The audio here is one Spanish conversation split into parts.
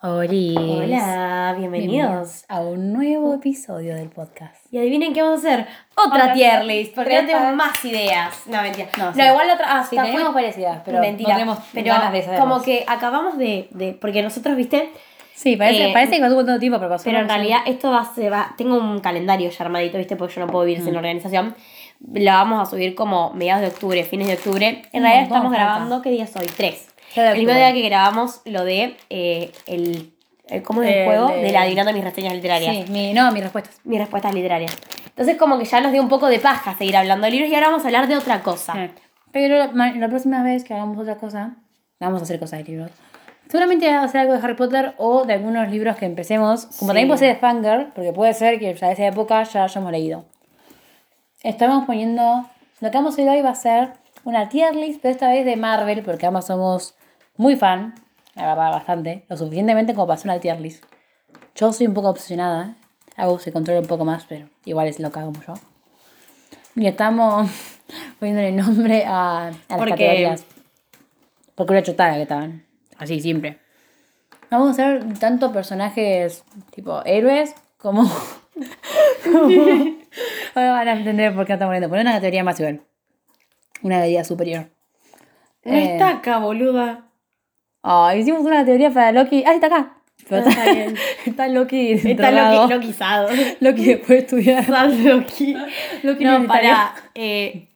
Olis. Hola, bienvenidos. Bienvenidos a un nuevo episodio del podcast. Y adivinen qué vamos a hacer. Otra Otra tier list, porque Tres no tengo para- más ideas. No, mentira. No, No, sí. igual la otra. Ah, sí, Está tenemos muy parecida, pero mentira. no tenemos pero ganas de saber Como más. que acabamos de, de- Porque nosotros, viste. Sí, parece, Eh, parece que pasó un montón de tiempo, pero pasó. Pero en una cosa. realidad esto va, se va. Tengo un calendario ya armadito, viste, porque yo no puedo vivir sin Mm. organización. La vamos a subir como mediados de octubre, fines de octubre. En Un realidad montón, estamos falta. grabando, ¿qué día soy? Tres. Ya de El mismo octubre. día que grabamos lo de. eh, el, el- ¿Cómo es el, El juego? de- De la adivinando mis reseñas literarias. Sí, mi, no, mis respuestas. mi respuesta es literaria. Entonces como que ya nos dio un poco de paja seguir hablando de libros y ahora vamos a hablar de otra cosa. Sí. Pero ma- la próxima vez que hagamos otra cosa, vamos a hacer cosas de libros. Seguramente va a ser algo de Harry Potter o de algunos libros que empecemos. Como Sí. también puede ser de Fangirl, porque puede ser que ya de esa época ya hayamos leído. Estamos poniendo. Lo que vamos a ir hoy va a ser una tier list, pero esta vez de Marvel, porque ambas somos muy fan. La verdad, bastante. Lo suficientemente como para hacer una tier list. Yo soy un poco obsesionada. Algo se controla un poco más, pero igual es lo que hago yo. Y estamos poniéndole nombre a, a las Porque- categorías. Porque una chotada que estaban. Así, siempre. Vamos a hacer tanto personajes tipo héroes como. como- Ahora van a entender por qué estamos poniendo. Poner una categoría más igual. Una categoría superior. No Eh. está acá, boluda. Ah, hicimos una teoría para Loki. ¡Ah, está acá! Pero Ah, está bien. está Loki. Está drogado. Loki, Loquizado. Loki después de estudiar. Está Loki. Loki No, universitario. pará. eh,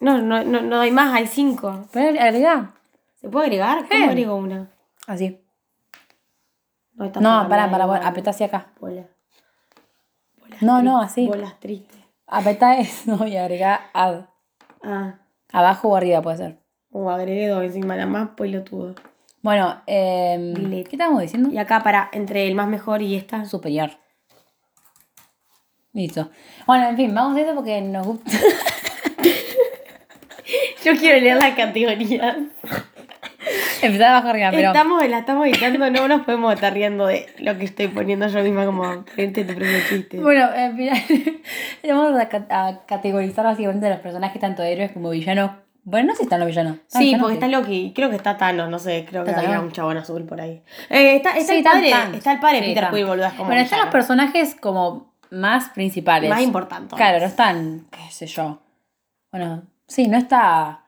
No, no, no, no hay más, hay cinco. Poner, agregá. ¿Se puede agregar? ¿Cómo Eh. agrego una? Así. No, está No, apagada, pará, pará, no, bueno, no. apretá hacia acá. Bola. Bolas No, tristes, no, así. Bolas tristes. Apretá eso y agregá ad. Ah, Abajo o arriba puede ser. o agregué dos encima, la más pelotudo. Bueno, eh, Delete. ¿qué estábamos diciendo? Y acá, para, entre el más mejor y esta. Superior. Listo. Bueno, en fin, vamos a eso porque nos gusta. Yo quiero leer las categorías. Empezar abajo Ah, arriba, pero. Estamos, la estamos editando, no nos podemos estar riendo de lo que estoy poniendo yo misma como frente tu propio chiste. Bueno, al final vamos a, ca- a categorizar básicamente los personajes, tanto héroes como villanos. Bueno, no sé si están los villanos. ¿Están Sí, villanos? porque está Loki, creo que está Thanos, no sé, creo que ¿Está había Thanos? un chabón azul por ahí. Eh, está, Sí, está el están padre, fans. está el padre de Sí, Peter están. Quill, boludo, es como Bueno, están los villano. personajes como más principales. más importantes. Claro, no están, qué sé yo. Bueno, sí, no está.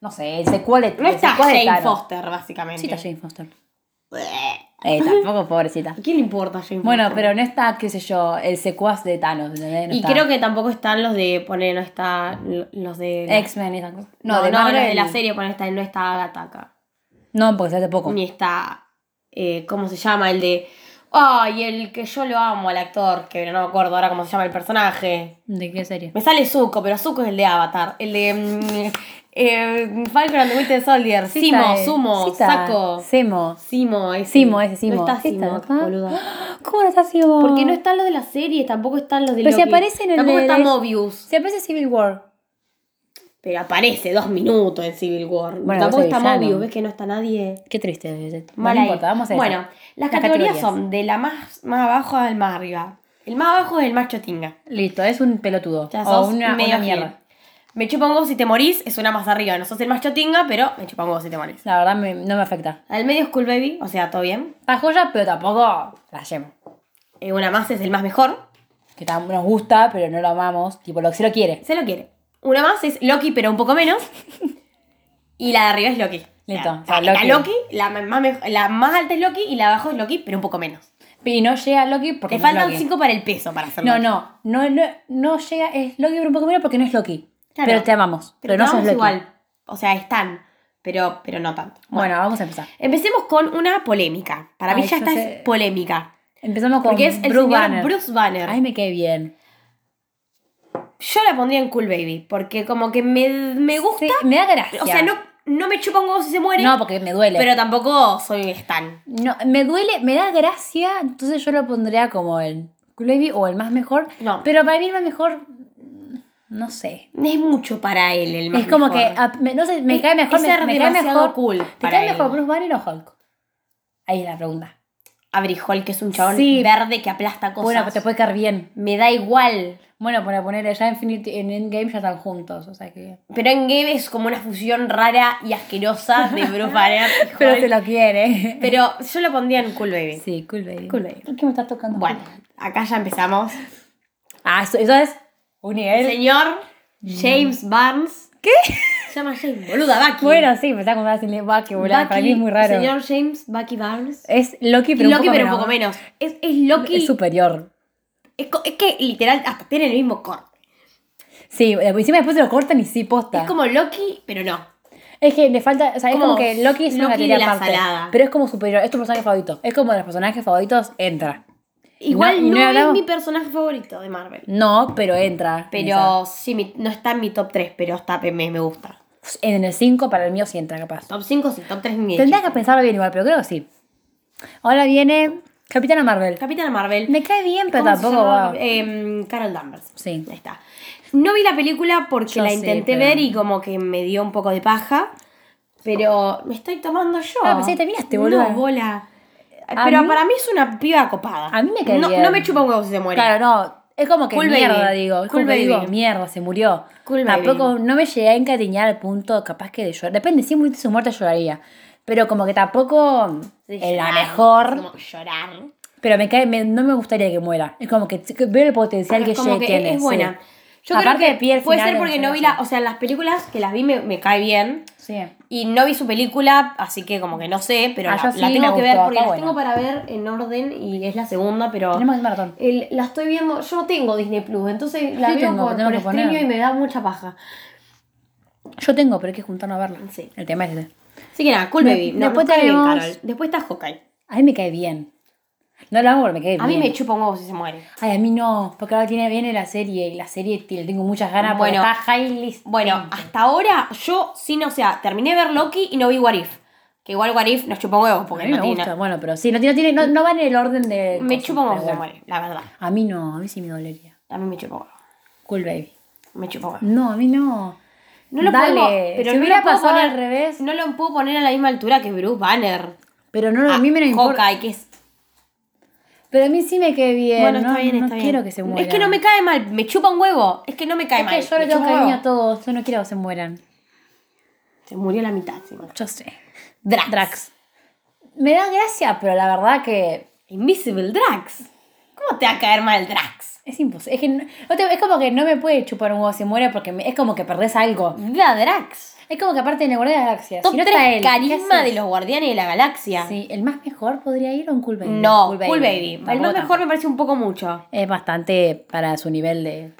No sé, el secuel de- No el está secuel de Jane Thanos. Foster, básicamente. Sí, está Jane Foster. Bleh. Eh, tampoco, pobrecita. ¿A quién le importa Jane Bueno, Foster? pero no está, qué sé yo, el secuaz de Thanos, ¿entendés? No Y está. creo que tampoco están los de, poner, no está los de... X-Men y esas cosas. no, no, de de, Marvel- de la serie, poner, está, no está Agatha acá. No, porque se hace poco. ni está, eh, ¿cómo se llama? El de, ay, el que yo lo amo al actor, que no me acuerdo ahora cómo se llama el personaje. ¿De qué serie? Me sale Zuko, pero Zuko es el de Avatar, el de mm, eh, Falcon and the Winter Soldier, Sí Simo, está, eh. Sumo, Sí está. Saco. Simo. Simo, ese. Simo, ese Simo. No está Sí Simo, está, ¿ah? boluda. ¿Cómo no está Simo? Porque no están los de la serie, tampoco están los de Pero si Loki. aparece en el Tampoco de- está de- Mobius. Si aparece Civil War. Pero aparece dos minutos en Civil War. Bueno, tampoco vos sos está villano. Mobius, ves que no está nadie. Qué triste. Mal no ahí. importa, vamos a esa. Bueno, las, categorías, son de la más, más abajo al más arriba. El más abajo es el más chotinga. Listo, es un pelotudo. Ya o sos una, medio una gil. mierda. Me chupa un huevo si te morís, es una más arriba. No sos el más chotinga, pero me chupa un huevo si te morís. La verdad me- no me afecta. Al medio es cool baby, o sea, todo bien. Está joya, pero tampoco la llevo. Eh, una más es el más mejor. Que tam- nos gusta, pero no lo amamos. Tipo, lo que se lo quiere. Se lo quiere. Una más es Loki, pero un poco menos. Y la de arriba es Loki. Listo, La, o sea, la- la Loki. Loki, la, más, mej- la más alta es Loki y la de abajo es Loki, pero un poco menos. Y no llega Loki porque Te no es faltan Loki. cinco para el peso para No, hacerlo. no, no, no, no llega, es Loki pero un poco menos porque no es Loki. Claro. Pero te amamos. Pero, Pero, no sos estamos Loki. igual. O sea, están, pero, pero no tanto. Bueno, vamos a empezar. Empecemos con una polémica. Para mí Ay, ya yo esta sé. es polémica. Empezamos con Porque es el Bruce señor Banner. Bruce Banner. Ay, me quedé bien. Yo la pondría en Cool Baby, porque como que me, me gusta. Sí, me da gracia. o sea, no, no me chupa un huevo si se muere, No, porque me duele. pero tampoco soy un stan. No, me duele, me da gracia, entonces yo lo pondría como el Cool Baby o el más mejor. No. Pero para mí el más mejor, mm, no sé. Es mucho para él el más es como mejor. que, ah, me- no sé, me Es- cae mejor, es me, ser me cae demasiado mejor. cool ¿Te para cae él. mejor Bruce Banner o Hulk? Ahí es la pregunta. Abrijol, que es un chabón Sí. verde que aplasta cosas. Bueno, te puede caer bien. Me da igual. Bueno, para poner ya Infinity, en Endgame ya están juntos, o sea que. Pero en Game es como una fusión rara y asquerosa de Bruce Banner. y Pero Hulk. se lo quiere. Pero yo lo pondría en Cool Baby. Sí, cool baby. Cool baby. ¿Por qué me estás tocando? Bueno, acá ya empezamos. Ah, eso, eso es un nivel. El señor James Barnes. ¿Qué? Se llama James, boluda, Bucky. Bueno, sí, me está contando así de Bucky, boludo. Para Bucky, mí es muy raro. Señor James Bucky Barnes. Es Loki, pero, Loki, un, poco pero un menos. poco menos. Es, es Loki. Es Es, superior. co- es que literal, hasta tiene el mismo corte. Sí, eh, encima después se lo cortan y sí, posta. Es como Loki, pero no. Es que le falta, o sea, es Como como que Loki es una Loki de categoría la aparte. salada. Pero es como superior, es tu personaje favorito. Es como de los personajes favoritos, entra. No, Igual y no, no hablamos- es mi personaje favorito de Marvel. No, pero entra. en esa. Pero sí, mi- no está en mi top 3, pero está, me, me gusta. En el 5 para el mío sí entra, capaz. Top 5 sí, top 3 mi Tendría que pensarlo bien igual, pero creo que sí. Ahora viene Capitana Marvel. Capitana Marvel. Me cae bien, pero ¿Cómo se tampoco llama? va. Em, Carol Danvers. Sí. Ahí está. No vi la película porque Yo la sí, intenté pero- ver y como que me dio un poco de paja. Pero me estoy tomando yo. Ah, pensé que te miraste, boluda. No, bola. A Pero mí- para mí es una piba copada. A mí me cae no, bien. No me chupa un huevo si se muere. Claro, no. Es como que Cool baby. mierda, digo. Es Cool como que baby. digo, mierda, se murió. Cool baby. tampoco, no me llegué a encariñar al punto capaz que de llorar. Depende, si murió su muerte lloraría. Pero como que tampoco Sí, es la llorar, mejor. Como llorar. Pero me cae, me- no me gustaría que muera. Es como que t- que veo el potencial que Es como Jay que tiene. es, sí. buena. Yo Aparte creo que de piel puede final ser de porque la no vi la... O sea, las películas que las vi me, me cae bien. Sí. Y no vi su película, así que como que no sé, pero Ah, la, yo sí la tengo me que gustó, ver porque está la buena. tengo para ver en orden y es la segunda, pero Tenemos el maratón. el- la estoy viendo, yo no tengo Disney Plus, entonces la Sí veo tengo, por, tengo por que poner. streaming y me da mucha paja. Yo tengo, pero hay que juntarnos a verla. Sí. El tema es ese. Así que nada, Cool De- Baby. No, después nos cae bien, tenemos- Carol. Después está Hawkeye. A mí me cae bien. No lo amo porque me cae A mí bien. me chupa un huevo si se muere. Ay, a mí no, porque ahora tiene, viene la serie y la serie t- le tengo muchas ganas Bueno. porque está Hailey. Bueno, hasta ahora yo sí, no, o sea, terminé de ver Loki y no vi What If. Que igual What If nos chupa un huevo a porque mí no me tiene gusta. nada. Bueno, pero sí, no, tiene- no tiene, no, no va en el orden de. Me cosas, chupa un huevo pero si se bueno. muere, la verdad. A mí no, a mí sí me dolería. A mí me chupa un huevo. Cool baby. Me chupa un huevo. No, a mí no. No lo Dale, podemos, pero si no hubiera lo puedo pasado poner- al revés. No lo puedo poner a la misma altura que Bruce Banner. Ah, Pero no, a mí me no importa. Hawkeye, que es. Pero a mí sí me cae bien. bueno, no, está bien, no está bien. quiero que se muera. Es que no me cae mal, me chupa un huevo. Es que no me cae mal. Es que yo le me tengo chupa un cariño a huevo. todos. Yo no quiero que se mueran. Se murió la mitad. sí, bueno. Yo sé. Drax. Drax. Me da gracia, pero la verdad que Invisible Drax. ¿Cómo te va a caer mal Drax? es imposible. Es, que no- no te- es como que no me puede chupar un huevo si muere porque me- es como que perdés algo. Viva Drax. Es como que aparte en el Guardia de la Galaxia. Top si no tres está él, ¿qué carisma haces? de los Guardianes de la Galaxia. Sí, el más mejor podría ir o un Cool Baby. No, Cool Baby. El Tampoco más mejor tanto. me parece un poco mucho. Es bastante para su nivel de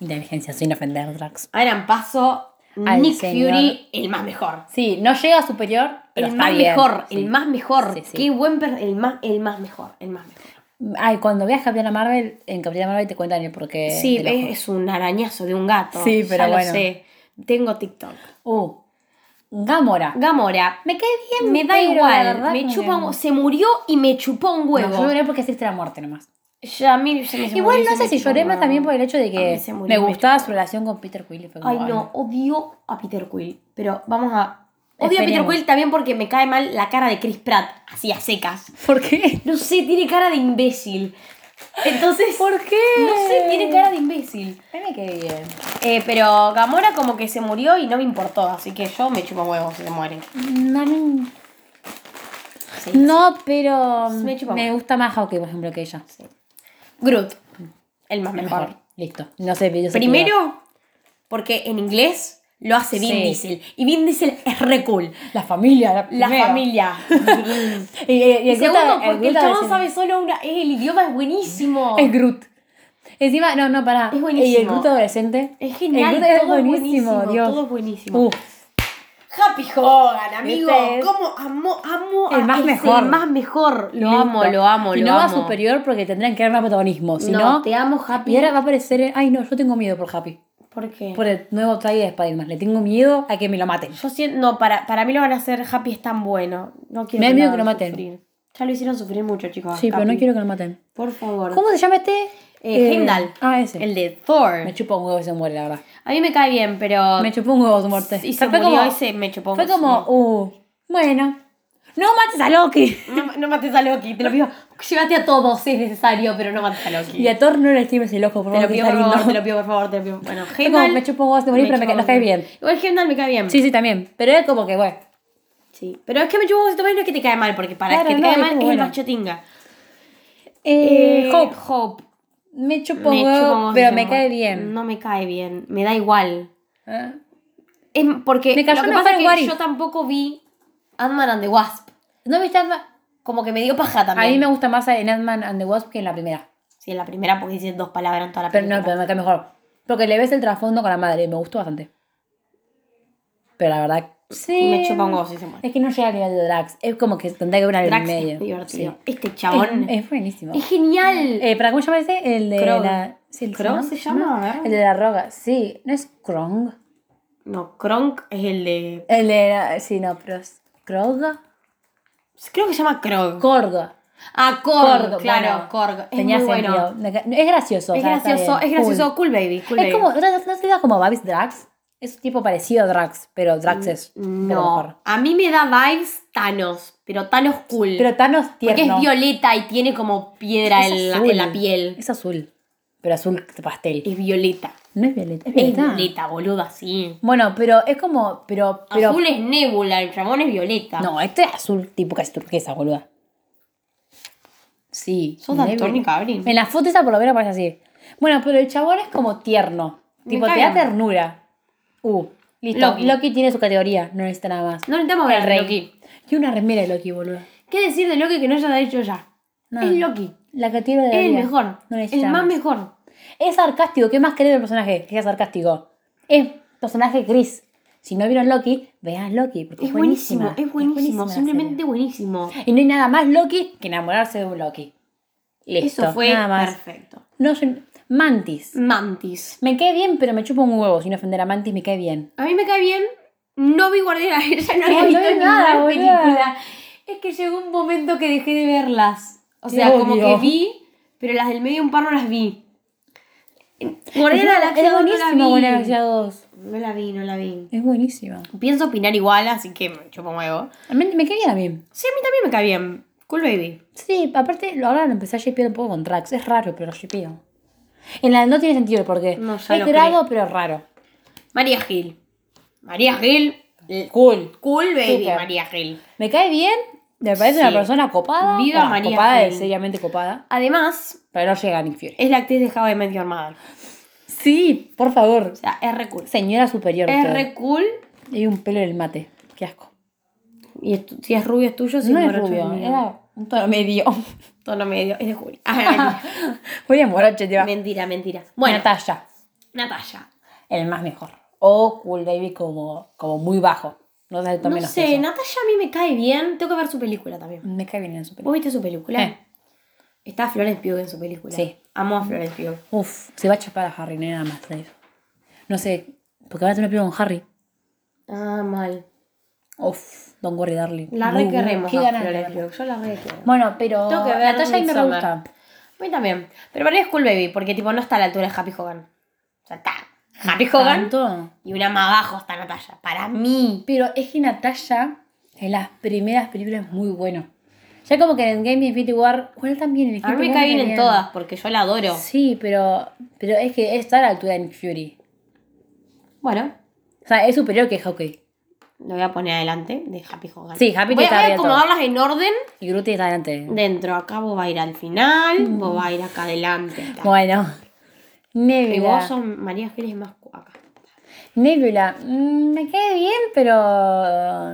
inteligencia, sin ofender Drax. A ver, paso. Al Nick señor- Fury, el más mejor. Sí, no llega a superior, pero el está más bien. mejor, Sí. el más mejor. Sí, sí. Qué buen per- el más, el más mejor, el más mejor. Ay, cuando veas Capitana Marvel, en Capitana Marvel te cuentan el porqué. sí, eh, del es, ojo. es un arañazo de un gato. Eh, Sí, pero ya bueno. lo sé. Tengo TikTok. Uh, Gamora. Gamora. Me cae bien, Me da pero la igual. verdad Me que- chupa un- Se murió y me chupó un No, yo huevo. lloré porque existe la muerte nomás. ya, a mí se me se Igual murió, no se sé me si chupó lloré un más huevo. también por el hecho de A mí que se murió, me me gustaba su relación con Peter Quill. y fue como, Ay, no, odio a Peter Quill. Pero vamos a. Odio a Esperemos. Peter Quill también porque me cae mal la cara de Chris Pratt, así a secas. ¿Por qué? No sé, tiene cara de imbécil. Entonces. ¿Por qué? No sé, tiene cara de imbécil. A mí me cae bien. Eh, pero Gamora como que se murió y no me importó, así que yo me chupo huevos si se muere. No, no, Sí. no, pero Me me, chupa un gusta más Hawkeye, por ejemplo, que ella. Groot. El más mejor. Mejor. Listo. No sé, pero yo sé que- Primero, porque en inglés lo hace Vin Sí. Diesel. Y Vin Diesel es re cool. La familia. La primero. familia. Y, y- y Y el segundo, Groot- porque Groot el chabón adolescente. sabe solo una. eh, el idioma es buenísimo. Es Groot. Encima, no, no, pará. Es buenísimo. Y el Groot adolescente. Es genial. El Groot es todo es buenísimo, Dios. Todo es buenísimo. Uh, Happy Hogan, amigo. Este es- ¿Cómo amo, amo El a- más es mejor. El más mejor. Lo amo, listo. lo amo, Y lo no va amo. superior porque tendrán que dar más protagonismo. Si no, te amo, Happy. y ahora va a aparecer. el- Ay, no, yo tengo miedo por Happy. ¿Por qué? Por el nuevo trailer de Spider-Man. Le tengo miedo a que me lo maten. Yo siento, no, para, para mí lo van a hacer Happy es tan bueno. No quiero Me da miedo lo que lo hagan maten. sufrir. Ya lo hicieron sufrir mucho, chicos. Sí, pero no Happy. quiero que lo maten. Por favor. ¿Cómo se llama este? Eh, Heimdall. Ah, ese. El de Thor. Me chupó un huevo que se muere, la verdad. A mí me cae bien, pero. Me chupó un huevo su muerte. y se Pero fue murió como- y se me chupó. Fue como, uh, bueno. ¡No mates a Loki! No, no mates a Loki, te lo pido. Llévate a todos si es necesario, pero no mates a Loki. Y a Thor no le estimes el ojo, por Te favor. lo que pido, está por favor, lindo. te lo pido, por favor, te lo pido. Bueno, Yo como, Heimdall. me chupo vos de morir, pero me, chupa nos huevos. cae bien. Igual Heimdall me cae bien. Sí, sí, también. Pero es como que, bueno. Sí. Pero es que me chupa huevos y tomás no es que te cae mal, porque para Claro, que te no, cae es mal es como el bueno. más chotinga. Eh, Hope. Hope. Me chupo Me huevo, chupa huevos y pero se me muere. Mm. cae bien. No me cae bien, me da igual. ¿Eh? Es porque Me cayó lo que mejor pasa en es What que If. yo tampoco vi Ant-Man and the Wasp. No viste Ant-Man. Como que me dio paja A también. mí me gusta más en Ant-Man and the Wasp que en la primera. Sí, en la primera porque dicen dos palabras en toda la Pero película. no, pero me cae mejor. Porque le ves el trasfondo con la madre y me gustó bastante. Pero la verdad, sí. Me chupa un huevo si se muere. Es que no llega al nivel de Drax. Es como que tendría que ver una hora y Drax medio. es divertido. Sí. Este chabón Es, es buenísimo. es genial. Eh, ¿Para cómo se llama ese? El de Krong. la. Sí, el ¿Krong ¿no? se llama? A ver. El de la roca. Sí, ¿no es Krong? No, Kronk es el de... El de la. Sí, no, pero. es- ¿Kroga? Creo que se llama Krog. Corga. Ah, Korg, Korg, claro, bueno. Korg. Es Tenía muy bueno. sentido. Es gracioso. Es o sea, está gracioso, es bien. gracioso. Cool, baby, cool Cool. baby. Es como. ¿No te no te da como Babis Drax? Es un tipo parecido a Drax, pero Drax es. pero mejor. Mm, No, a mí me da vibes Thanos, pero Thanos cool. Pero Thanos porque tierno. es violeta y tiene como piedra Es en la, azul. en la piel. Es azul. Pero azul pastel. Es violeta. No es violeta. Es Es violeta. violeta, boludo, así. Bueno, pero es como. Pero. pero Azul es nébula, el chabón es violeta. No, este es azul tipo casi turquesa, boluda. Sí. Sos never- Antonio Cabrín. En la foto esa por lo menos parece así. Bueno, pero el chabón es como tierno. Me Tipo, te cae da bien. ternura. Uh, listo. Loki. Loki. tiene su categoría, no necesita nada más. No necesitamos hablar de Loki. Y una remera de Loki, boludo. ¿Qué decir de Loki que no haya hecho ya? No. Es Loki. La categoría de Es el mejor. No el necesita más, nada más. mejor. Es sarcástico. ¿Qué más querés del personaje? Que sea sarcástico. Es personaje gris. Si no vieron Loki, vean Loki. Porque Es buenísimo, buenísima. es buenísimo. buenísima la simplemente buenísimo. Y no hay nada más Loki que enamorarse de un Loki. Listo. Eso fue nada más. perfecto. No, yo- Mantis. Mantis. Me cae bien, pero me chupa un huevo. Sin ofender a Mantis, me cae bien. A mí me cae bien. No vi Guardiana, ya no No, había no visto vi ninguna nada, boluda. película. Es que llegó un momento que dejé de verlas. O Te sea, como odio. que vi, pero las del medio un par no las vi. Guardiana de la Galaxia es 2 buenísimo no Guardianes de la la vi. Galaxia 2. No la vi, no la vi. Es buenísima. Pienso opinar igual, así que me chupo huevo. A mí- Me cae bien a mí. Sí, a mí también me cae bien. Cool baby. Sí, aparte lo- ahora lo empecé a shipear un poco con Drax. Es raro, pero shipeo. En la no tiene sentido el porqué. No, ya es lo grado, pero raro. María Gil. María Gil. Cool. Cool baby, Súper. María Gil. Me cae bien. Me parece Sí. una persona copada. Viva Bueno, María Copada, Hill. es seriamente copada. Además, Pero no llega a Nick Fury. es la actriz de How I Met Your Mother. Sí, por favor. O sea, es re cool. Señora superior. Es todo. re cool. Y un pelo en el mate. Qué asco. Y es tu- si es rubio es tuyo, si no es morocho rubio, mío. era un tono medio. Tono medio, es de Juli. Ah, William Moroche mentira, lleva. mentira, mentira. Bueno, Bueno, Natalia, Natalia. el más mejor. O Cool Baby como, como muy bajo. No sé, No también sé, Natalia a mí me cae bien. Tengo que ver su película también. Me cae bien en su ¿Vos película. viste su película? Eh. Está Florence Pugh en su película. Sí. Amo a Florence Pugh. Uf, se va a chapar a Harry, no hay nada más. Dave. No sé, porque va a tener película con Harry. Ah, mal. Uf, Don't Worry Darling. La Muy re buena. queremos Qué a ganas de Florence verla. Pugh. Yo la re quiero. Bueno, pero Tengo que ver Natalia ahí me re Midsommar. gusta. A mí también. Pero María es cool baby, porque tipo no está a la altura de Happy Hogan. O sea, está Happy Hogan ¿Tanto? y una más abajo está Natalia. Para mí. Pero es que Natalia en las primeras películas es muy bueno. Ya como que en Game Infinity War, bueno, también en A mí Infinity me War cae bien en todas, porque yo la adoro. Sí, pero, pero es que está a la altura de Nick Fury. Bueno, O sea, es superior que Hawkeye. lo voy a poner adelante de Happy Hogan. Sí, Happy voy, está voy a abierto. acomodarlas en orden Y Groot está adelante. dentro. Acá vos va a ir al final, vos va a ir acá adelante. está. Mm. Bueno. y vos Nebula. sos María Giles más cu- acá. Nebula. mm, me cae bien, pero...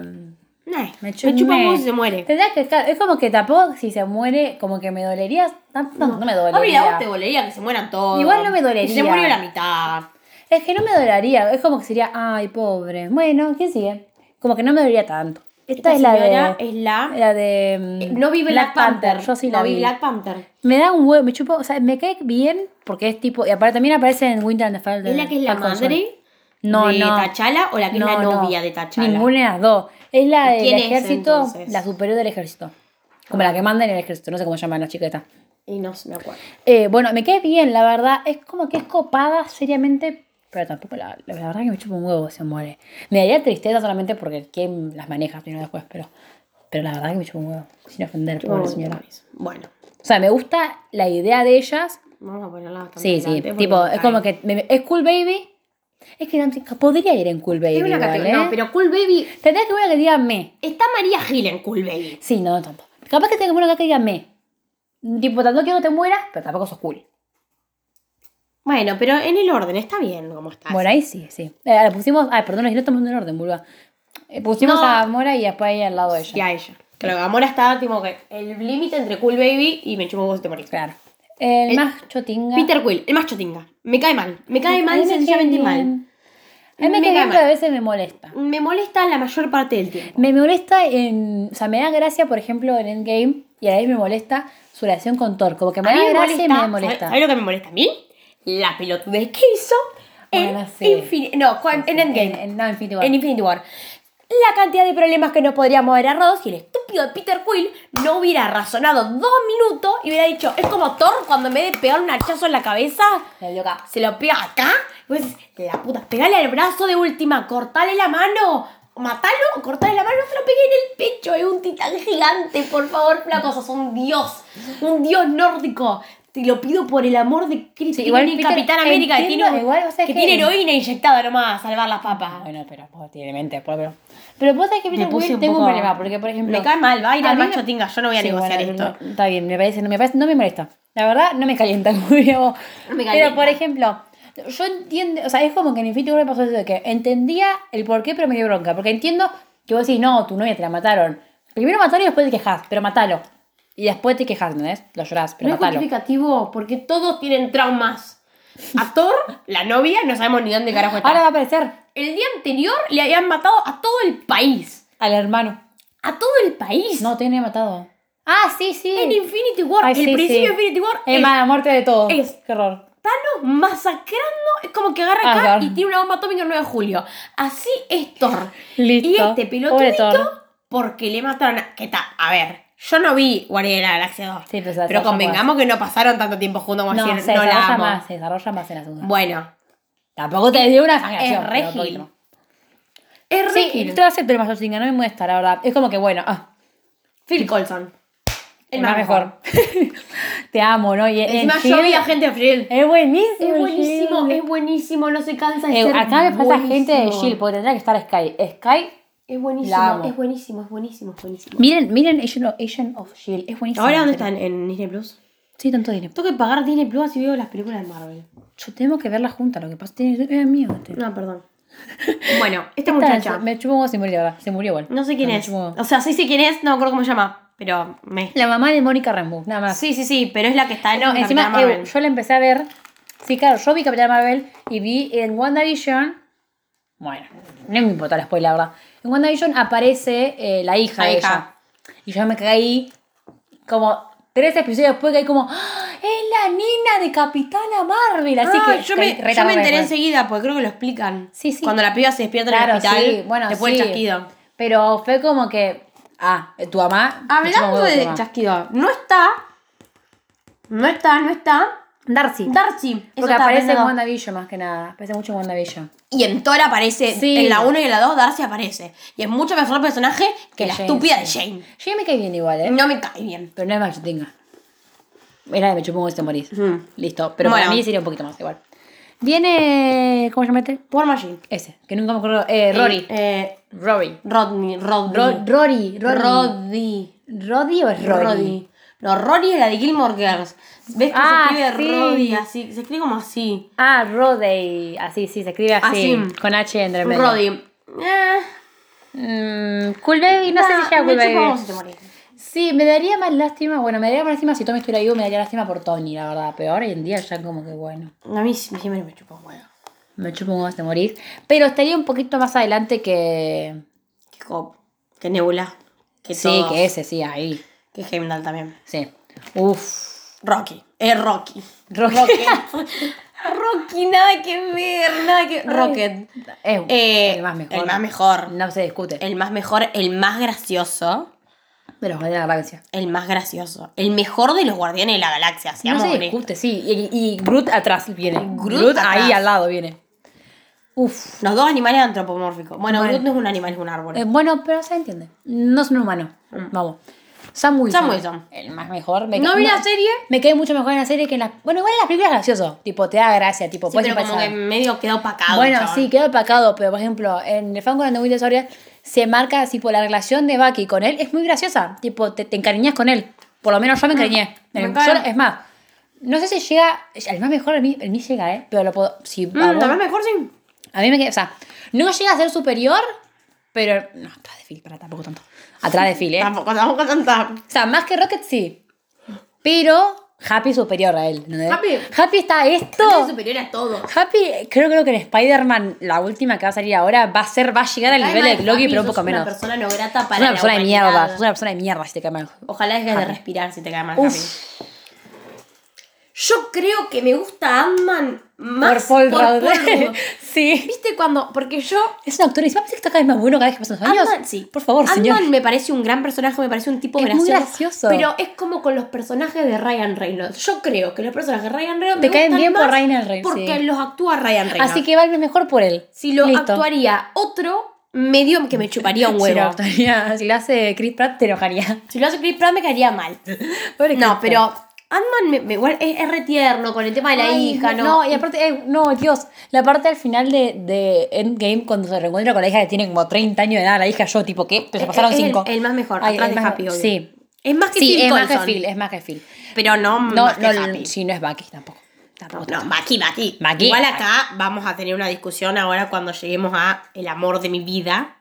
mm, Nah, Me me, chu- chupa me- un huevo y se muere. Tendrá que... claro, Es como que tampoco si se muere, como que me dolería. Tanto no, me dolería. Obvio, a Ah, vos te dolería que se mueran todos. Igual no me dolería. Que se murió la mitad. Es que no me dolería, es como que sería, ay, pobre. Bueno, ¿qué sigue? Como que no me dolería tanto. Esta, es la señora de. Es la... La de. mm, eh, No vi Black, Panther. Yo sí no la vi. Black Panther. Me da un huevo, me chupo, o sea, me cae bien porque es tipo. Y aparte también aparece en Winter and the Fall. ¿Es la que es la madre No, de no. T'Challa o la que No, es la no. novia de T'Challa? Ninguna de las dos. Es la del ¿Quién es, ejército, entonces? la superior del ejército. Como la que manda en el ejército, no sé cómo se llama la chiqueta. Y no se me acuerdo. Eh, bueno, me cae bien, la verdad. Es como que es copada, seriamente. Pero tampoco, la, la verdad que me chupa un huevo que se muere. Me daría tristeza solamente porque quién las maneja primero después, pero. Pero la verdad que me chupa un huevo. Sin ofender, Bueno, pobre señora. Bueno, O sea, me gusta la idea de ellas. vamos a ponerla bastante. Sí, sí. adelante porque- Tipo, es como ay. que. me- es Cool Baby. Es que no- podría ir en Cool Baby. Es una igual, categoría. ¿eh? No, pero Cool Baby. Tendría que haber una que diga me. Está María Gil en Cool Baby. Sí, no, tampoco. Capaz que tenga que haber una que diga me. Tipo, tanto quiero que te mueras, pero tampoco sos cool. Bueno, pero en el orden, está bien como está. Mora ahí sí, sí. Eh, la pusimos. Ay, perdón, si no estamos en orden, vulva. Eh, pusimos No. a Mora y después ahí al lado de ella. Y a ella. Claro, Amora está tipo que el límite entre Cool Baby y me chupo vos y te morís. Claro. El Eh, más chotinga. Peter Quill, el más chotinga. Me cae mal. Me cae mal, sencillamente mal. A mí me cae Me cae bien, pero a mal. veces me molesta. Me molesta la mayor parte del tiempo. Me molesta en. O sea, me da gracia, por ejemplo, en Endgame y a la vez me molesta su relación con Thor. Como que me A mí da me gracia y molesta. me molesta. ¿Sabes lo que me molesta a mí? La pelotudez que hizo en Bueno, sí. Infinity. No, Juan, en Endgame. En, en- no, en Infinity War. en Infinity War. La cantidad de problemas que nos podríamos haber ahorrado si el estúpido de Peter Quill no hubiera razonado dos minutos y hubiera dicho, es como Thor cuando en vez de pegar un hachazo en la cabeza, Le dio acá. se lo pega acá. Y vos decís, la puta, pegale al brazo de última, cortale la mano, matalo o cortale la mano, no se lo pegué en el pecho, es un titán gigante, por favor, flaco, sos un dios, un dios nórdico. Te lo pido por el amor de Cristo. Sí, igual Tiene Peter, Capitán América que entiendo, tiene, igual, o sea, que que- tiene heroína inyectada nomás a salvar las papas. Ah, Bueno, pero posiblemente, por pero. Pero vos sabés que Peter Me puse Quill un tengo un poco- problema, porque por ejemplo. Me cae mal, va a ir al mí macho me- tinga, yo no voy a Sí, negociar bueno, esto. no, está bien, me parece, no me parece, no me molesta. La verdad, no me calienta muy bien. No me Pero calienta. por ejemplo, yo entiendo, o sea, es como que en Infinity War me pasó eso de que entendía el porqué, pero me dio bronca. Porque entiendo que vos decís, no, tu novia te la mataron. Primero matalo y después te quejas, pero matalo. Y después te quejas, ¿no es? Lo llorás, pero No es matalo. justificativo porque todos tienen traumas. A Thor, la novia, no sabemos ni dónde carajo está. Ahora va a aparecer el día anterior le habían matado a todo el país. al hermano. A todo el país. No, tiene matado. Ah, sí, sí. En Infinity War, Ay, el sí, principio sí. de Infinity War, Es es más, la muerte de todos. es- Qué horror. Thanos masacrando. Es como que agarra acá Agarra. y tiene una bomba atómica el 9 de julio. Así es Thor. Listo. Y este Pobre pelotudito, Thor. porque le mataron a. ¿Qué tal? A ver, yo no vi Guardianes de la Galaxia 2. Sí, pero se desarrolla convengamos que no pasaron tanto tiempo juntos como No, decir, se no la desarrolla amo. más, se desarrolla más en la segunda. Bueno, Tampoco te dio una sangre. es re gil. Es re Sí, gil. te lo acepto el Master Singer, no me molesta, la verdad. Es como que, bueno, ah, Phil Colson. el más mejor. te amo, ¿no? Y en- Encima en yo Gil- vi a gente de Eh, Phil. Es buenísimo. Es buenísimo, Gil. es buenísimo, no se cansa de Eh, ser acá me falta buenísimo. gente de Jill, porque tendría que estar Sky. Sky, Es La buenísimo, amo. es buenísimo, es buenísimo, es buenísimo. miren, miren Agent of, Agent of Jill, es buenísimo. ¿Ahora dónde en serio. están? ¿En Disney Plus? Sí, tanto dinero. Tengo que pagar Disney Plus así veo las películas de Marvel. Yo tengo que verla junta, lo que pasa es que es mío. Este. No, perdón. Bueno, esta Esta- muchacha. Me chupó como se murió, la ¿verdad? Se murió igual. No sé quién Me es. chupó. O sea, sí sé quién es, no me acuerdo cómo se llama. Pero me. La mamá de Mónica Rambeau, nada más. Sí, sí, sí, pero es la que está en. No, Capitana encima eh, Marvel. yo la empecé a ver. Sí, claro, yo vi Capitán Marvel y vi en WandaVision. Bueno, no me importa la spoiler, la verdad. En WandaVision aparece eh, la hija La de hija. ella. Y yo me caí como tres episodios después que hay como. ¡Ah! ¡Es la nina de Capitana Marvel! Así Ah, que. yo, caí me, re yo me tarde enteré después. enseguida, porque creo que lo explican. Sí, sí. Cuando la piba se despierta en Claro, el hospital, sí, bueno, después del sí. chasquido. Pero fue como que. Ah, tu mamá. me chupa un Hablando huevo tu de mamá. chasquido, no está. No está, no está. Darcy. Darcy. eso Porque estaba aparece en pensando. WandaVision más que nada. Aparece mucho en WandaVision. Y en Thor aparece. Sí. En la 1 y en la 2, Darcy aparece. Y es mucho mejor personaje que, la Jane, estúpida sí. de Jane. Jane me cae bien igual, ¿eh? No me cae bien. Pero no es más chutinga. Era de me chupó un huevo y te morís. Ujú. Listo. Pero para Mm. Bueno. mí sería un poquito más igual. Viene. ¿Cómo se llama este? Por Machine. Ese, que nunca me acuerdo. Eh, Rory. Eh, Rory. Rodney. Rodney. Ro- Rory. Rory. Roddy. ¿Roddy o es Rory? Roddy. No, Rory es la de Gilmore Girls. ¿Ves que Ah, se escribe sí. Roddy así? Se escribe como así. Ah, Roddy. Así, sí, se escribe así. Así. Con H entre medio. Ah, Roddy. Eh, Mm, cool Baby, no sé nah, si llega Ah, me Cool chupa vos si te Baby. morís. Sí, me daría más lástima. Bueno, me daría más lástima si Tommy estuviera vivo, me daría lástima por Tony, la verdad. Pero ahora hoy en día ya como que bueno. A mí sí- siempre me chupa un huevo. Me chupo un huevo hasta morir. Pero estaría un poquito más adelante que. Que Hop. Que Nebula. Que sí, todos. que ese, sí, ahí. Que Heimdall también. Sí. Uf. Rocky. Es Rocky. Rocket. Rocky, nada que ver, nada que Rocket. Es Eh, el más mejor. El más mejor. Eh. No se discute. El más mejor, el más gracioso. De los Guardianes de la Galaxia. El más gracioso. El mejor de los Guardianes de la Galaxia. Seamos no se honestos. discute, sí. Y, y Groot atrás viene. Groot Groot, ahí atrás. al lado viene. Uf. Los dos animales antropomórficos. Bueno, Bueno. Groot no es un animal, es un árbol. Eh, bueno, pero se entiende. No es un humano. Vamos. Sam Wilson. Mm. Sam Wilson. El más mejor. Me no ca- vi la serie, Me cae mucho mejor en la serie que en las. Bueno, igual en las películas es gracioso. Tipo, te da gracia. Tipo, sí, puedes pero como empezar. que medio quedó opacado. Bueno, chabón. sí, queda opacado, pero por ejemplo, en el fan con de Will Soria se marca así por la relación de Bucky con él, es muy graciosa. Tipo, te, te encariñas con él. Por lo menos yo me encariñé. Mm, me En- encanta. yo- es más, no sé si llega. El más mejor, el mí, el mí llega, ¿eh? Pero lo puedo. Si, Mm, a, a vos- lo mejor sí. a mí me queda. O sea, no llega a ser superior, pero. No, atrás de Phil, para tampoco tanto. Atrás de Phil, ¿eh? Tampoco, tampoco tanta. O sea, más que Rocket sí. Pero Happy es superior a él. ¿entendés? Happy- Happy está a esto. Todo. superior a todo. Happy, creo, creo que en Spider-Man, la última que va a salir ahora, va a ser, va a llegar al nivel de Loki, pero un poco menos. Una persona no grata para Es una la persona de humanidad. mierda, es una persona de mierda este si te cae mal. Ojalá dejes de Happy. respirar si te cae mal, Uf. Happy. Yo creo que me gusta Ant-Man más Por Paul Rudd. Rudd. sí. ¿Viste cuando? Porque yo. Es un actor y se parece que está cada vez más bueno cada vez que pasan los años. Ant-Man, sí. Por favor, señor. Ant-Man me parece un gran personaje, me parece un tipo Es muy gracioso. gracioso. Pero es como con los personajes de Ryan Reynolds. Yo creo que los personajes de Ryan Reynolds Te me caen gustan bien por más Ryan Reynolds, Porque sí. los actúa Ryan Reynolds. Así que valme mejor por él. si lo Listo. actuaría otro, medio que me chuparía un Si lo, huevo. actuaría- si lo hace Chris Pratt, te enojaría. Si lo hace Chris Pratt me caería mal. Pobre Chris No, pero Ant-Man me- me- igual es, es retierno con el tema de la Ay, hija, ¿no? y aparte, eh, no, Dios, la parte al final de, de Endgame, cuando se reencuentra con la hija que tiene como 30 años de edad, la hija yo, tipo, ¿qué? Pero se Es- pasaron es el- 5. El, más mejor, atrás de Happy, obvio. Sí. Es más que Sí, Phil es más que Coulson, Phil, es más que Phil. Pero no, No, Mm, más que no, Happy. sí, no es Bucky tampoco. Tampoco. No, Maki, Maki. Maki, Igual acá vamos a tener una discusión ahora cuando lleguemos a el amor de mi vida.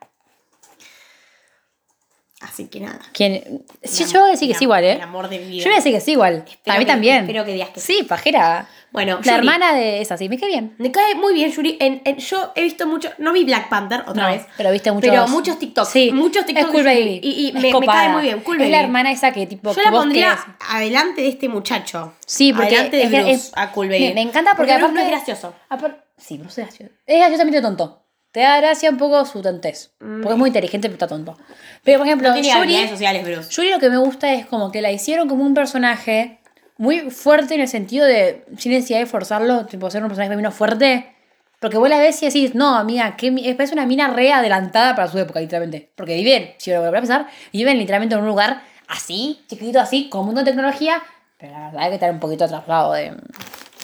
Así que nada. ¿Quién? Sí, yo voy a decir que El es igual, ¿eh? El amor de mi vida. Yo voy a decir que es igual. Espero a mí que- también. espero que digas que sí. pajera. Bueno, La Yuri. hermana de esa, sí, me quedé bien. Me cae muy bien, Yuri. En, en- yo he visto mucho. No vi Black Panther otra No, vez. pero viste muchos. Pero muchos TikToks. Sí, Muchos TikToks. Es cool de Yuri. baby. Y, y Es me- me, copada. cae muy bien. Cool es la baby. hermana esa que tipo. Yo que la vos pondría querés. adelante de este muchacho. Sí, porque. Adelante de es que Bruce es- a Cool Baby. Me, me encanta porque, Bruce aparte. no es gracioso. apar- sí, Bruce es gracioso. Es graciosamente tonto. Te da gracia un poco su tontez. Porque es muy inteligente, pero está tonto. Pero por ejemplo, Mm. No tiene Yuri- habilidades sociales, Bruce. Yuri lo que me gusta es como que la hicieron como un personaje muy fuerte en el sentido de, sin necesidad de forzarlo, tipo ser un personaje femenino fuerte. Porque vos la ves y decís, no, amiga, que mi- es una mina re adelantada para su época, literalmente. Porque viven, si lo volvés a pensar, viven literalmente en un lugar así, chiquitito así, con un montón de tecnología. Pero la verdad es que estar un poquito atrasado de.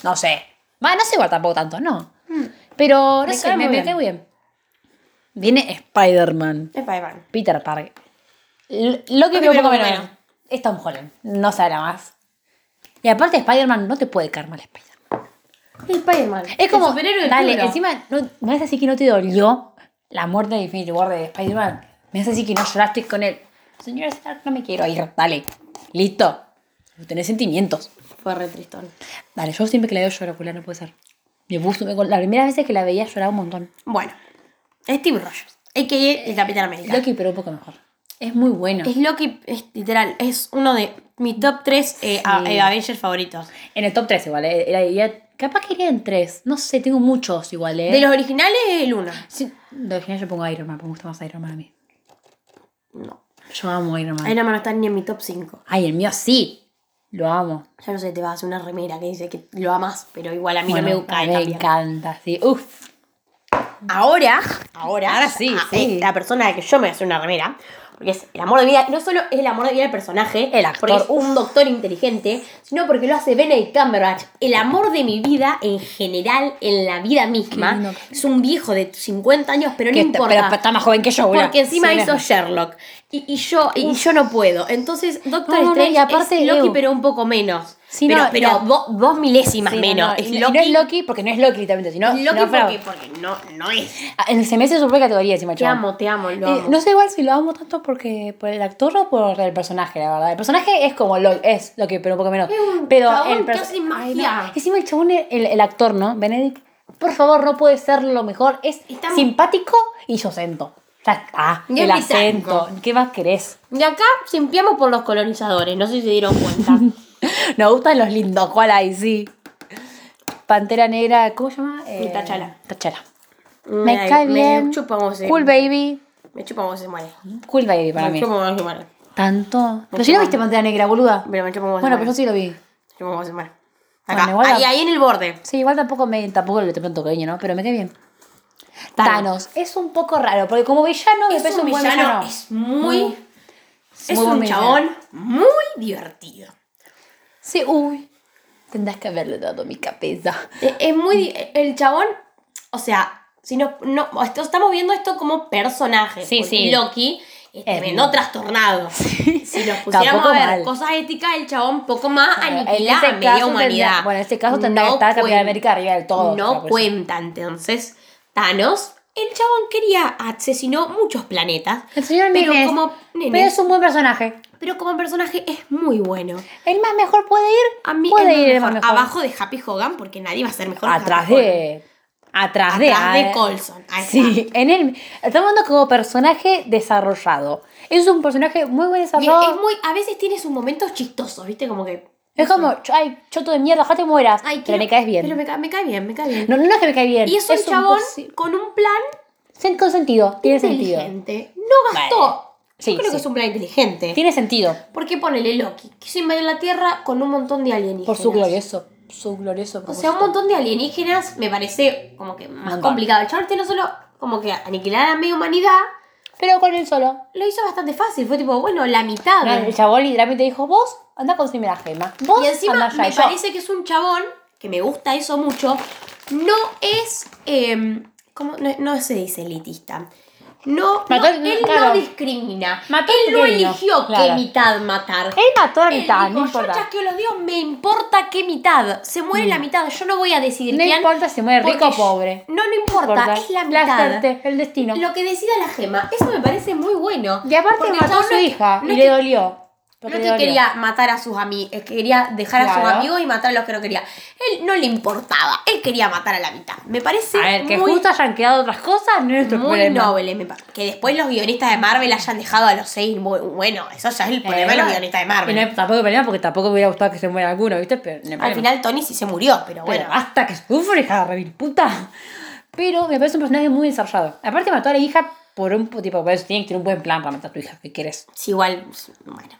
No sé. Va, no sé igual tampoco tanto, no. Pero no Mm. Me sé, cae me, muy me bien. cae muy bien. Viene Spider-Man. Spider-Man. Peter Parker. L- Lo que Ok, veo un poco pero como menos menos. es Tom Holland. No se hará más. Y aparte, Spider-Man no te puede caer mal Spider-Man. Spider-Man. Es como. El superhéroe del dale, pueblo. encima, no, me vas a decir que no te dolió la muerte de Infinity War de Spider-Man. Me vas a decir que no lloraste con él. Señora Stark, no me quiero ir. Dale. Listo. Tenés sentimientos. Fue re tristón. Dale, yo siempre que la veo lloro, culo, no puede ser. Me puso, me- la primera vez que la veía lloraba un montón. Bueno, Steve Rogers, a.k.a. el Capitán América. Loki, pero un poco mejor. Es muy bueno. Es Loki, es literal, es uno de mis top 3 eh, Avengers favoritos. En el top 3 igual, eh, era, iría- capaz que iría en 3. No sé, tengo muchos igual, ¿eh? De los originales es el 1. Sí, de original yo pongo Iron Man, porque me gusta más Iron Man a mí. No. Yo amo Iron Man. Iron Man no está ni en mi top 5. Ay, el mío sí. Lo amo. Ya no sé, te vas a hacer una remera que dice que lo amas, pero igual a mí Bueno, no me cae me tan bien. encanta, sí. Uf. Ahora, ahora, Ahora sí, ah, sí. eh, la persona a la que yo me voy a hacer una remera, porque es el amor de vida, no solo es el amor de vida del personaje, El actor, porque es un doctor inteligente, sino porque lo hace Benedict Cumberbatch. El amor de mi vida en general, en la vida Qué lindo misma, que es un viejo de 50 años, pero no Que está- importa. pero está más joven que yo, boludo. porque encima Sí, hizo no. Sherlock. Y, y yo, y yo no puedo. Entonces, Doctor No, no, Strange y aparte, es Loki, Ew. pero un poco menos. Sí, pero no, pero mira. do- dos milésimas Sí, no, menos. no, Es y no- y Loki. no es Loki, porque no es Loki literalmente, sino. Loki no, pero- porque, porque no, no es. Ah, en- Se me hace su propia categoría encima, Te chabón. amo, te amo, lo Eh, amo. no sé igual si lo amo tanto porque por el actor o por el personaje, la verdad. El personaje es como lo es lo que, pero un poco menos. Es un pero chabón el que perso- hace magia. Ay, no. Encima el chabón, el, el actor, ¿no? Benedict, por favor, no puede ser lo mejor. Es Está muy- simpático y yo acento. Ya está. Y es el acento. británico. ¿Qué más querés? Y acá simpiamos por los colonizadores, no sé si se dieron cuenta. Mm, Nos gustan los lindos, ¿cuál hay? Sí. Pantera Negra, ¿cómo se llama? T'Challa. Tachala. Me, cae bien. Me chupa cómo se Cool Baby. Me chupa cómo se muere. Cool Baby para me mí. chupa cómo se muere. Tanto. Pero Mucho si no más. viste Pantera Negra, boluda. Pero me chupa cómo se Bueno, muere. pero yo sí lo vi. Me chupa cómo se muere. Bueno, Acá, igual la- ahí, ahí en el borde. Sí, igual tampoco me tampoco le tengo tanto cariño, ¿no? Pero me cae bien. Thanos. Es un poco raro, porque como villano me Es, parece un buen villano, es muy. Muy- muy es buen un villano. chabón muy divertido. Sí, uy. Tendrás que haberle dado mi cabeza. Es, E-, es muy. di- El chabón. O sea, si no, no, esto- estamos viendo esto como personaje. Sí, porque sí. Loki este, es tremendo muy- trastornado. Si nos pusiéramos Tampoco a ver mal. cosas éticas, el chabón poco más Claro, en ese aniquila a Ah, media caso humanidad. tendrá- bueno, en este caso tendrá que estar Capitán cuen- América arriba del todo, pues claro, No por eso. cuenta, entonces. Thanos, el chabón quería, asesinó muchos planetas. El señor Pero Nenes, como- pero Nenes. es un buen personaje. Pero como personaje es muy bueno. El más mejor puede ir. A mí puede es ir el mejor. más mejor. abajo de Happy Hogan porque nadie va a ser mejor. que Atrás Happy Hogan. de. Atrás de. Atrás de ah, Coulson. Ahí Sí, en él. Estamos hablando como personaje desarrollado. Es un personaje muy buen Y es, es desarrollado. muy, a veces tiene sus momentos chistosos, ¿viste? Como que. Es, como, ch- ay, choto de mierda, ojalá te mueras. Ay, pero quiero- me caes bien. Pero me, ca- me cae bien, me cae bien. No, no es que me cae bien. y es un chabón posi- con un plan sen- Con sentido, tiene sentido. inteligente. No gastó. Vale. Sí, Yo creo sí. que es un plan inteligente. Tiene sentido. Porque ponele Loki. Quiso invadir la Tierra con un montón de alienígenas. Por su glorioso. Su glorioso O sea, un propósito. montón de alienígenas me parece como que más Montón. complicado. El chabón tiene solo como que aniquilar a media humanidad. Pero con él solo. Lo hizo bastante fácil. Fue tipo, bueno, la mitad. No, de- el chabón literalmente dijo, vos anda a conseguirme la gema. Vos Y encima andá allá. me Y yo, parece que es un chabón, que me gusta eso mucho, no es, eh, ¿cómo? No, no se dice elitista. No, Mató- no, él claro. no discrimina. Mató él el no pequeño, eligió qué claro. mitad matar. Él mató a la Él mitad, dijo, no Yo importa. Mm. chasqueo los dios, me importa qué mitad. Se muere la mitad, yo no voy a decidir No quién. importa si muere rico porque o pobre. yo- No, no importa, es la mitad. suerte, el destino. Lo que decida la gema, eso me parece muy bueno. Y aparte Porque el mató a chabón su no es- hija no y es le que- dolió. Porque no le es que dolió. quería matar a sus amigos, quería dejar a sus Claro. amigos y matar a los que no quería. Él no le importaba, él quería matar a la mitad. Me parece A ver, que muy, justo hayan quedado otras cosas, no es nuestro muy problema. noble. me pa- que después los guionistas de Marvel hayan dejado a los seis. mu- Bueno, eso ya es el problema de los guionistas de Eh, Y Marvel. no es tampoco problema porque tampoco me hubiera gustado que se muera alguno, ¿viste? Pero no hay Al problema. final Tony sí se murió, Pero pero bueno. hasta que sufre, hija de revil puta. Pero me parece un personaje muy desarrollado. Aparte mató a la hija por un tipo, por eso tiene que tener un buen plan para matar a tu hija, ¿qué quieres? sí, igual, bueno.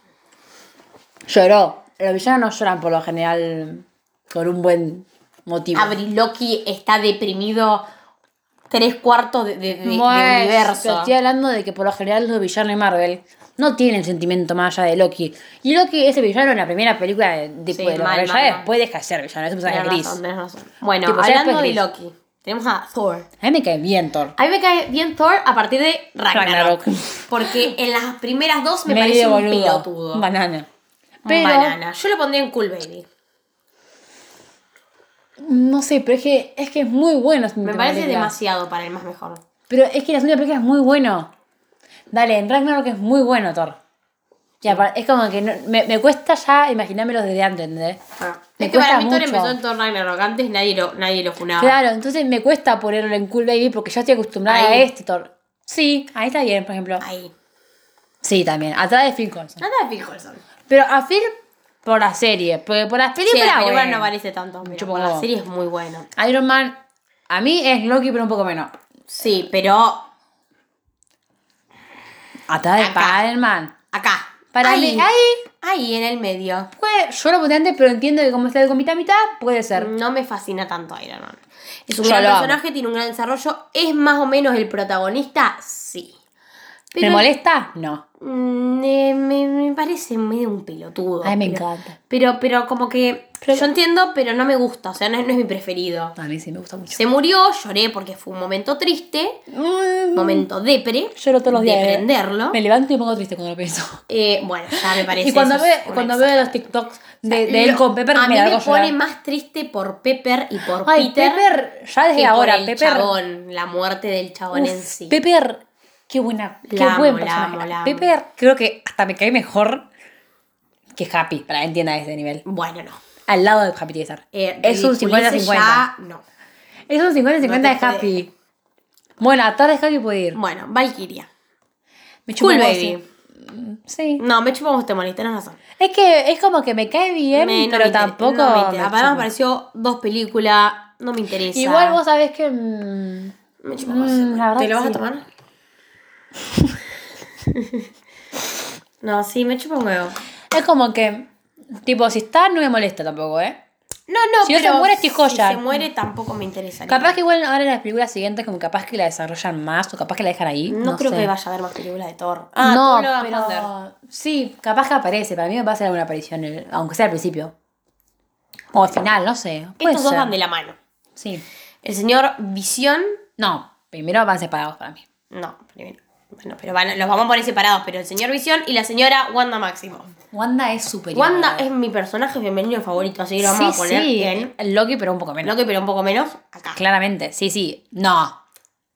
Lloró. Los villanos no lloran por lo general por un buen motivo. Abril Loki está deprimido tres cuartos de, de- de- de Bueno, pero universo. estoy hablando de que por lo general los villanos de Marvel no tienen sentimiento más allá de Loki. Y Loki es el villano en la primera película de, de, Sí, de los mal, Marvel. mal, Ya mal. después deja de ser villano, es un personaje Tenés gris. razón, tenés razón. Bueno, Tipo, ya hablando de después Loki, tenemos a Thor. A mí me cae bien Thor. A mí me cae bien Thor a partir de Ragnarok. Ragnarok. Porque en las primeras dos me parece Medio un boludo. pelotudo. Un Banana. Un Pero, banana. Yo lo pondría en Cool Baby. no sé, pero es que es, que es muy bueno. este esa Me última parece película. demasiado para el más mejor. Pero es que la segunda película es muy bueno. Dale, en Ragnarok es muy bueno Thor. Y apar- es como que no- me, me cuesta ya imaginármelo desde antes, ¿entendés? Ah. Me es que para cuesta mí Thor mucho. empezó en Thor Ragnarok. Antes nadie lo, nadie lo funaba. Claro, entonces me cuesta ponerlo en Cool Baby porque ya estoy acostumbrada Ahí. a este Thor. Sí, ahí está bien, por ejemplo. Ahí. Sí, también. Atrás de Phil Coulson. Nada de Phil Coulson. Pero a Phil por la serie, porque por las Sí, películas. la película bueno. no parece tanto. Pero Chupa por huevo. la serie es muy buena. Iron Man, a mí es Loki, pero un poco menos. Sí, pero Atrás de Acá. Spider-Man. acá. Para ahí. mí, ahí. Ahí, en el medio. Pues, yo lo voté antes, pero entiendo que como está con mitad a mitad, puede ser. No me fascina tanto Iron Man. Es un Yo gran lo amo. personaje, tiene un gran desarrollo. ¿Es más o menos el protagonista? Sí. Pero ¿Me molesta? No. mm, eh, me, me parece medio un pelotudo. Ay, me pero- encanta. Pero, pero como que. Pero- yo entiendo, pero no me gusta. O sea, no, es- no es mi preferido. A mí sí me gusta mucho. Se murió, lloré porque fue un momento triste, Mm, momento depre. Lloro todos los días. eh. Deprenderlo. Me levanto y me pongo triste cuando lo pienso. Eh, bueno, ya me parece. Y cuando, eso ve, es una cuando veo los TikToks de, de él Lo- con Pepper, a me mí largo me a llorar. pone más triste por Pepper y por Ay, Peter. Pepper, ya desde que ahora, por el Pepper. chabón, la muerte del chabón en sí. Pepper, qué buena, qué La amo, buen la personaje. amo, la amo. Pepper, creo que hasta me cae mejor que Happy, para que entienda ese nivel. Bueno, no. Al lado de Happy tiene que estar. Eh, es un ridiculices 50-50. ya, no. Es un 50-50 de No te Happy. Bueno, a tarde Happy puede ir. Bueno, Valkyria. Me chupa un Cool huevo, Baby. sí. Sí. No, me chupamos este monito, tenés razón. Es que es como que me cae bien, Me- no pero me inter- tampoco. No me me interesa. Aparte me chupa. pareció dos películas, no me interesa. Igual vos sabés que. mm, Me chupamos. Mm, la verdad ¿Te lo vas que a sí. tomar? no, sí, me chupa un huevo. es como que. Tipo, si está, no me molesta tampoco, ¿eh? No, no, Si no se pero muere, estoy joya. Si se muere, tampoco me interesa. Capaz que igual ahora en las películas siguientes, como capaz que la desarrollan más o capaz que la dejan ahí. No, No, creo sé. que vaya a haber más películas de Thor. Ah, no, Thor lo va a esconder. pero sí, capaz que aparece. Para mí me va a hacer alguna aparición, el- aunque sea al principio. O al final, no sé. Puede Estos dos ser. van de la mano. Sí. El señor Visión. No, primero van separados para mí. No, primero. Bueno, pero van- los vamos a poner separados. Pero el señor Visión y la señora Wanda Máximo. Wanda es superior. Wanda es mi personaje femenino favorito, así que lo vamos sí, a poner sí. en Loki, pero un poco menos. Loki, pero un poco menos acá. Claramente, sí, sí. No,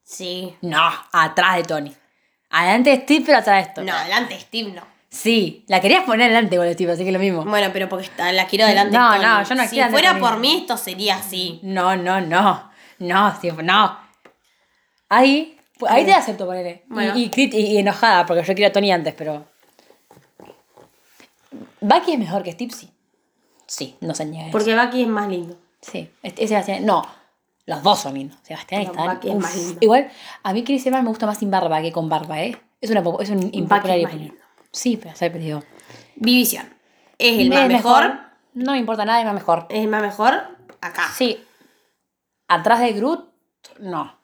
Sí. no, atrás de Tony. Adelante de Steve, pero atrás de esto. No, adelante Steve, no. Sí, la querías poner adelante con Steve, así que lo mismo. Bueno, pero porque está, la quiero adelante. No, Tony. no, yo no Si quiero fuera adelante por Tony. mí, esto sería así. No, no, no. No, Steve, no. Ahí, pues, ahí te la acepto ponerle. Bueno. Y, y crit- y- y enojada, porque yo quería a Tony antes, pero. Bucky es mejor que Steve, sí. Sí, no se niega. eso. Porque Bucky es más lindo. Sí, este- es Sebastián. No, los dos son lindos. Sebastián Pero está. Bucky es más lindo. Igual, a mí Chris Evans me gusta más sin barba que con barba, ¿eh? Es, una, pop- es un impopular es más opinión. lindo. Sí, pero se perdido. Vivición. Es el más mejor. No me importa nada, es más mejor. Es el más mejor acá. Sí. Atrás de Groot, no.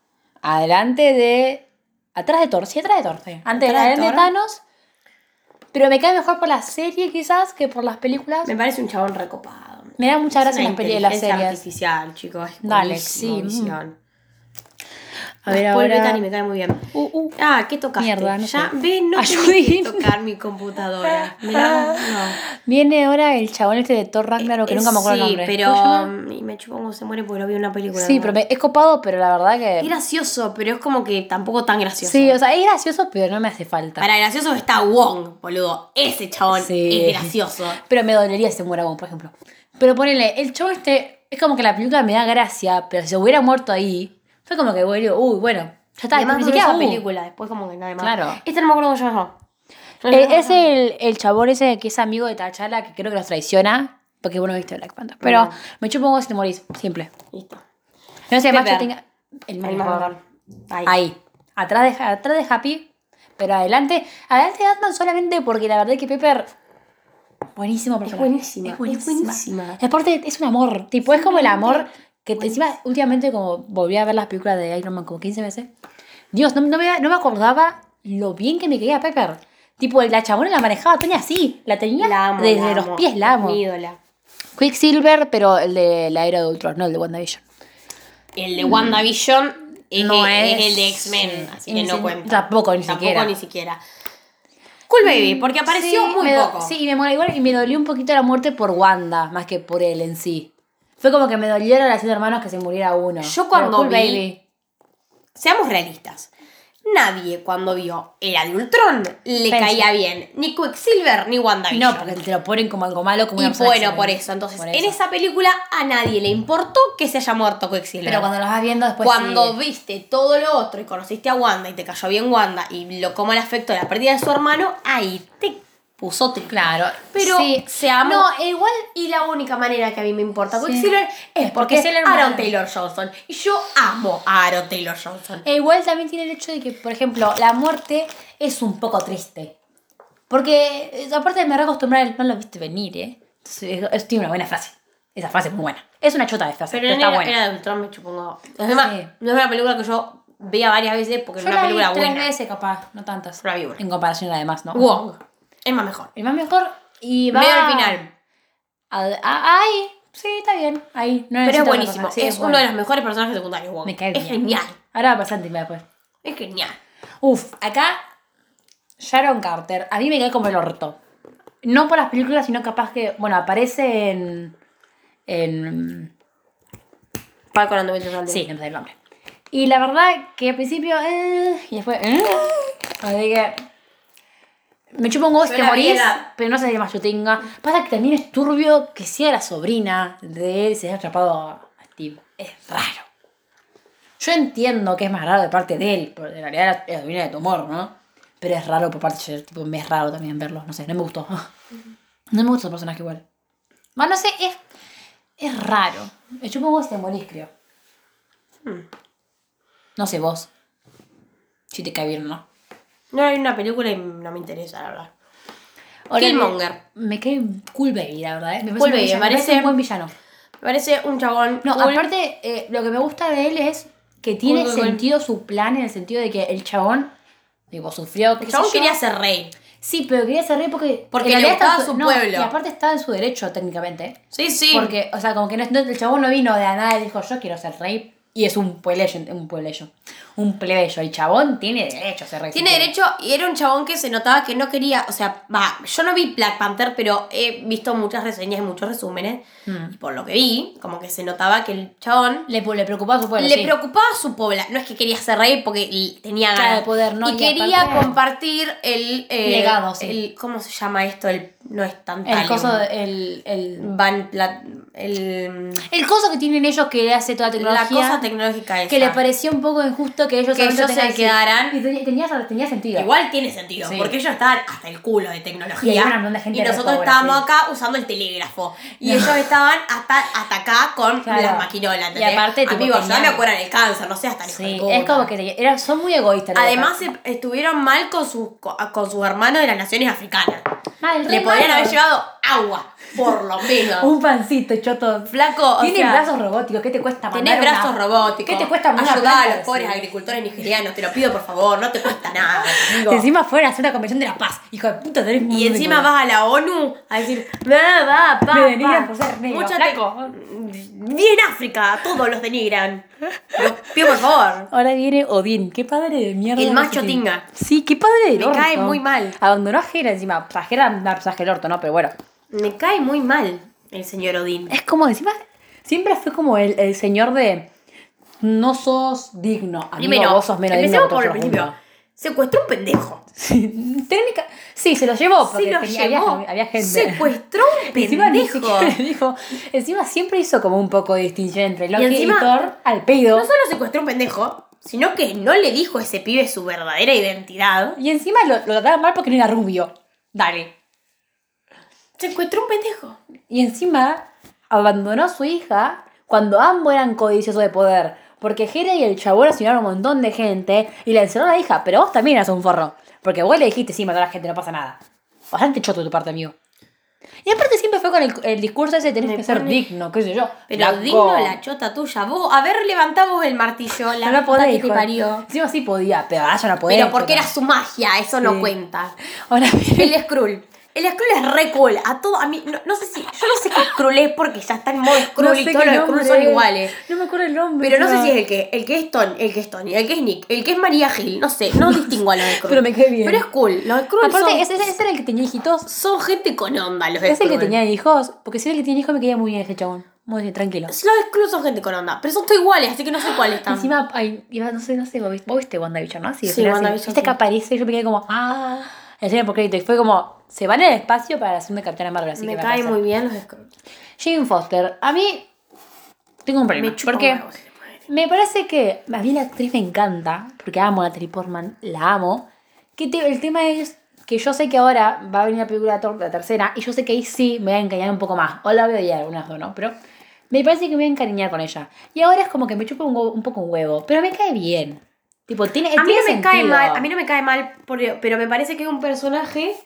Adelante de. Atrás de Thor, sí, atrás de Thor. sí. Antes Atrás de adelante de, Thor. Thanos. Pero me cae mejor por la serie, quizás, que por las películas. Me parece un chabón recopado. Me da mucha gracia Es las una peli- las inteligencia series. artificial, chicos. Es Dale, buenísimo, sí, mm. Visión. A ver, Paul ahora. Bettany me cae muy bien. Uh, uh. Ah, ¿qué tocaste? Mierda, no ya sé. ve, no Ayudín. tenés que tocar mi computadora. Me la- no. Viene ahora el chabón este de Thor Ragnarok, que Eh, nunca me acuerdo el nombre. Sí, ¿Cómo se pero um, llama? y me chupo cómo se muere porque lo vi en una película. Sí, ¿no? pero me- es copado, pero la verdad Es que. gracioso, pero es como que tampoco tan gracioso. Sí, o sea, es gracioso, pero no me hace falta. Para gracioso está Wong, boludo. Ese chabón Sí. es gracioso. Pero me dolería si se muera Wong, por ejemplo. Pero ponele, el show este, es como que la película me da gracia, pero si se hubiera muerto ahí, fue como que, bueno, uy, bueno, ya está, Además, ni ni siquiera. la uh. película, después como que nada más. Claro. Este no me acuerdo cómo se llama. Eh, es el, el chabón ese que es amigo de T'Challa, que creo que los traiciona, porque vos no viste Black Panther. Pero No. me chupo un huevo si te morís, simple. Listo. No sé, más que Pepper. tenga. El El mejor. más Ahí. Ahí. Atrás de, atrás de Happy. Pero adelante. Adelante de Batman solamente porque la verdad es que Pepper. Buenísimo, Es buenísima, es buenísima. Y aparte, es un amor. Tipo, es como el amor que te- encima, últimamente, como volví a ver las películas de Iron Man como 15 veces. Dios, no, no me, no me acordaba lo bien que me caía Pepper. Tipo, la chabona la manejaba Tony así. La tenía La amo, desde la los amo. pies, la amo. Mi ídola. Quicksilver, pero el de la era de Ultron, no el de WandaVision. El de WandaVision es, No el, es es- el de X-Men, así que ni si- no cuenta. tampoco, ni siquiera. Mm, ni siquiera. Cool Baby, porque apareció Sí, muy me do- poco. Sí, y me mola igual y me dolió un poquito la muerte por Wanda, más que por él en sí. Fue como que me dolió la relación de hermanos que se muriera uno. Yo cuando Pero Cool vi- Baby. Seamos realistas. Nadie cuando vio era de Ultron Pensé. le caía bien. Ni Quicksilver ni WandaVision. No, porque te lo ponen como algo malo, como y una persona bueno, que se- por eso. Entonces, por en eso. esa película a nadie le importó que se haya muerto Quicksilver. Pero cuando los vas viendo después. Cuando sí. viste todo lo otro y conociste a Wanda y te cayó bien Wanda y lo cómo le afectó la pérdida de su hermano, ahí te puso triste. Claro. Pero Sí. se amó. No, igual. Y la única manera que a mí me importa Sí. Quicksilver es Es porque porque es es el hermano. Aaron Taylor Johnson. Y yo amo a Aaron Taylor Johnson. E igual también tiene el hecho de que, por ejemplo, la muerte es un poco triste. Porque, eh, aparte me reacostumbré al no lo viste venir, ¿eh? Entonces, es- es- tiene una buena frase. Esa frase es muy buena. Es una chota de frase, pero, Pero en está era, buena. era de Ultron me chupongo. Además, Sí. no es una película que yo veía varias veces porque Yo es una la vi película tres buena. veces capaz, no tantas. La vi una. En comparación a la demás, ¿no? Wong. Es más mejor. El más mejor y va... Medio al final. a- a- ahí. Sí, está bien. Ahí. No Pero necesito es otra buenísimo. cosa. Sí, es uno bueno. de los mejores personajes secundarios, Wong. Me cae es bien. genial. Ahora va a pasar encima después. Es genial. Uf, acá Sharon Carter. A mí me cae como el orto. No por las películas, sino capaz que... Bueno, aparece en... En... Falcon and the Winter Soldier. Sí, no sé el nombre. Y la verdad que al principio... eh, y después... eh, así que... Me chupa un huevo si te Suena morís, bien. pero no sé qué más yo tenga. Pasa que también es turbio que sea la sobrina de él y se haya atrapado a a Steve. Es raro. Yo entiendo que es más raro de parte de él, porque en realidad es la sobrina de tu amor, ¿no? Pero es raro por parte de él, tipo, me es raro también verlo, no sé, no me gustó. No me gusta el personaje igual. Más no sé, es, es raro. Me chupa un huevo si te morís, creo. Hmm. No sé vos. Si te cae bien o no. No hay una película y no me interesa, la verdad. Ahora, Killmonger. Me, me cae cool baby, la verdad. ¿eh? Me un Cool Baby, villano, me parece- un buen villano. Me parece un chabón. No, cool. aparte, eh, lo que me gusta de él es que tiene cool, cool. sentido su plan en el sentido de que el chabón, digo, sufrió. qué El sé chabón yo. quería ser rey. Sí, pero quería ser rey porque. Porque en le realidad está gustaba en su pueblo. Y aparte está en su derecho, técnicamente. Sí, sí. Porque, o sea, como que no, no- el chabón no vino de la nada y dijo, yo quiero ser rey. Y es un puebleyo, un puebleyo. Un plebeyo. El chabón tiene derecho a ser rey. Tiene si quiere. derecho y era un chabón que se notaba que no quería, o sea, va, yo no vi Black Panther, pero he visto muchas reseñas y muchos resúmenes. Mm. Y por lo que vi, como que se notaba que el chabón Le, le preocupaba a su pueblo. le sí. preocupaba su pobla. No es que quería ser rey porque l- tenía Claro, ganas. de poder, ¿no? Y Y quería aparte- compartir el eh, Legado, sí. el- ¿Cómo se llama esto? El no es tan El coso, de- el, el, Van Plat- el el coso que tienen ellos que le hace toda la tecnología. la cosa tecnológica esa. que le pareció un poco injusto que ellos Que solamente ellos se tengan- sí. quedaran. Y tenía, tenía, tenía sentido. Igual tiene sentido, Sí. porque ellos estaban hasta el culo de tecnología. Y había un montón de gente Y re nosotros pobre, estábamos sí. acá usando el telégrafo. Y ellos estaban hasta, hasta acá con Claro. las maquinolas. ¿entendés? Y aparte, tipo, Amigos, ya tenían- me acuerdan el cáncer, no seas tan hijo de Sí, puta. es como que te- era, son muy egoístas. los dos. Además, se- estuvieron mal con sus co- con sus hermanos de las naciones africanas. Mal, eh, Le re podrían malos. haber llevado agua, por lo menos. un pancito, choto. Flaco, o Tiene sea, brazos robóticos, ¿qué te cuesta mandar Tenés brazos una- robóticos. ¿Qué te cuesta mandar una Ayudá a planta los de- pobres agricultores nigerianos, te lo pido por favor, no te cuesta nada. amigo. Encima fuera a hacer una convención de la paz. Hijo de puta, tenés Y encima vas a la ONU a decir, va, va, va, Me denigran va. por ser negro, Mucha flaco. te- Bien África, a todos los denigran. Los pido por favor. Ahora viene Odín, qué padre de mierda. El no macho sé qué. tinga. Sí, qué padre de Me cae muy mal. Abandonó a Jera encima. O sea, Jera da pasaje el orto, ¿no? Pero bueno. Me cae muy mal el señor Odín. Es como encima. Siempre fue como el, el señor de. No sos digno. Amigo, vos sos menos digno. empecemos que por el otros juntos". principio. Secuestró un pendejo. Sí, técnica. Sí, se lo llevó porque Se lo tenía- llevó. Había, había gente. Secuestró un Encima ni pendejo. siquiera le dijo. Encima siempre hizo como un poco de distinción entre Loki y, encima- Thor al pedo. No solo secuestró un pendejo, sino que no le dijo a ese pibe su verdadera identidad. Y encima lo, lo trataban mal porque no era rubio. Dale. Secuestró un pendejo. Y encima abandonó a su hija cuando ambos eran codiciosos de poder. Porque Jere y el chabón asesinaron a un montón de gente y le encerró a la hija. Pero vos también eras un forro. Porque vos le dijiste, sí, matar a la gente, no pasa nada. Bastante choto de tu parte, amigo. Y aparte siempre fue con el, el discurso ese de tenés Me que ser pone- digno, qué sé yo. Pero Flaco. digno la chota tuya. Vos, a ver, levantamos el martillo. La No lo puta podés, que te hijo. parió. Encima sí podía, pero ahora ya no podía. Pero porque era su magia, eso no Sí. cuenta. Ahora El Skrull. El Skrull es re cool. A todo, a mí, no, no sé si, yo no sé qué Skrull es porque ya está en modo Skrull No y sé todos qué los Skrull nombre son es. iguales. No me acuerdo el nombre. Pero no sé encima. si es el que, el que es Tony, el que es Tony, el que es Nick, el que es María Gil, no sé, no distingo a los Skrull. Pero me cae bien. Pero es cool, los Skrull Aparte, son, ese, ese era el que tenía hijitos. son gente con onda, Es los el que Skrull. tenía hijos, porque si era el que tenía hijos me quedé muy bien ese chabón. Muy bien, tranquilo. Los Skrull son gente con onda, pero son todos iguales, así que no sé cuáles están. Encima, ay, iba- no sé, no sé, vos viste, vos viste WandaVision, ¿no? Sí, Sí, sí WandaVision, Este sí. que aparece, yo me quedé como, ah, el señor por crédito. Y fue como, se van al espacio para la segunda Capitana Marvel, así me que va a cae pasar. muy bien los Skrull. Jane Foster, a mí tengo un problema. Me chupa porque un huevo, se le puede decir. me parece que a mí la actriz me encanta, porque amo a Natalie Portman, la amo. Que te- el tema es que yo sé que ahora va a venir la película de Thor, la tercera, y yo sé que ahí sí me voy a encariñar un poco más. O la voy a odiar, algunas dos, ¿no? Pero me parece que me voy a encariñar con ella. Y ahora es como que me chupa un, huevo- un poco un huevo, pero me cae bien. Tipo, tiene, A tiene mí no me cae sentido. mal, a mí no me cae mal, por- pero me parece que es un personaje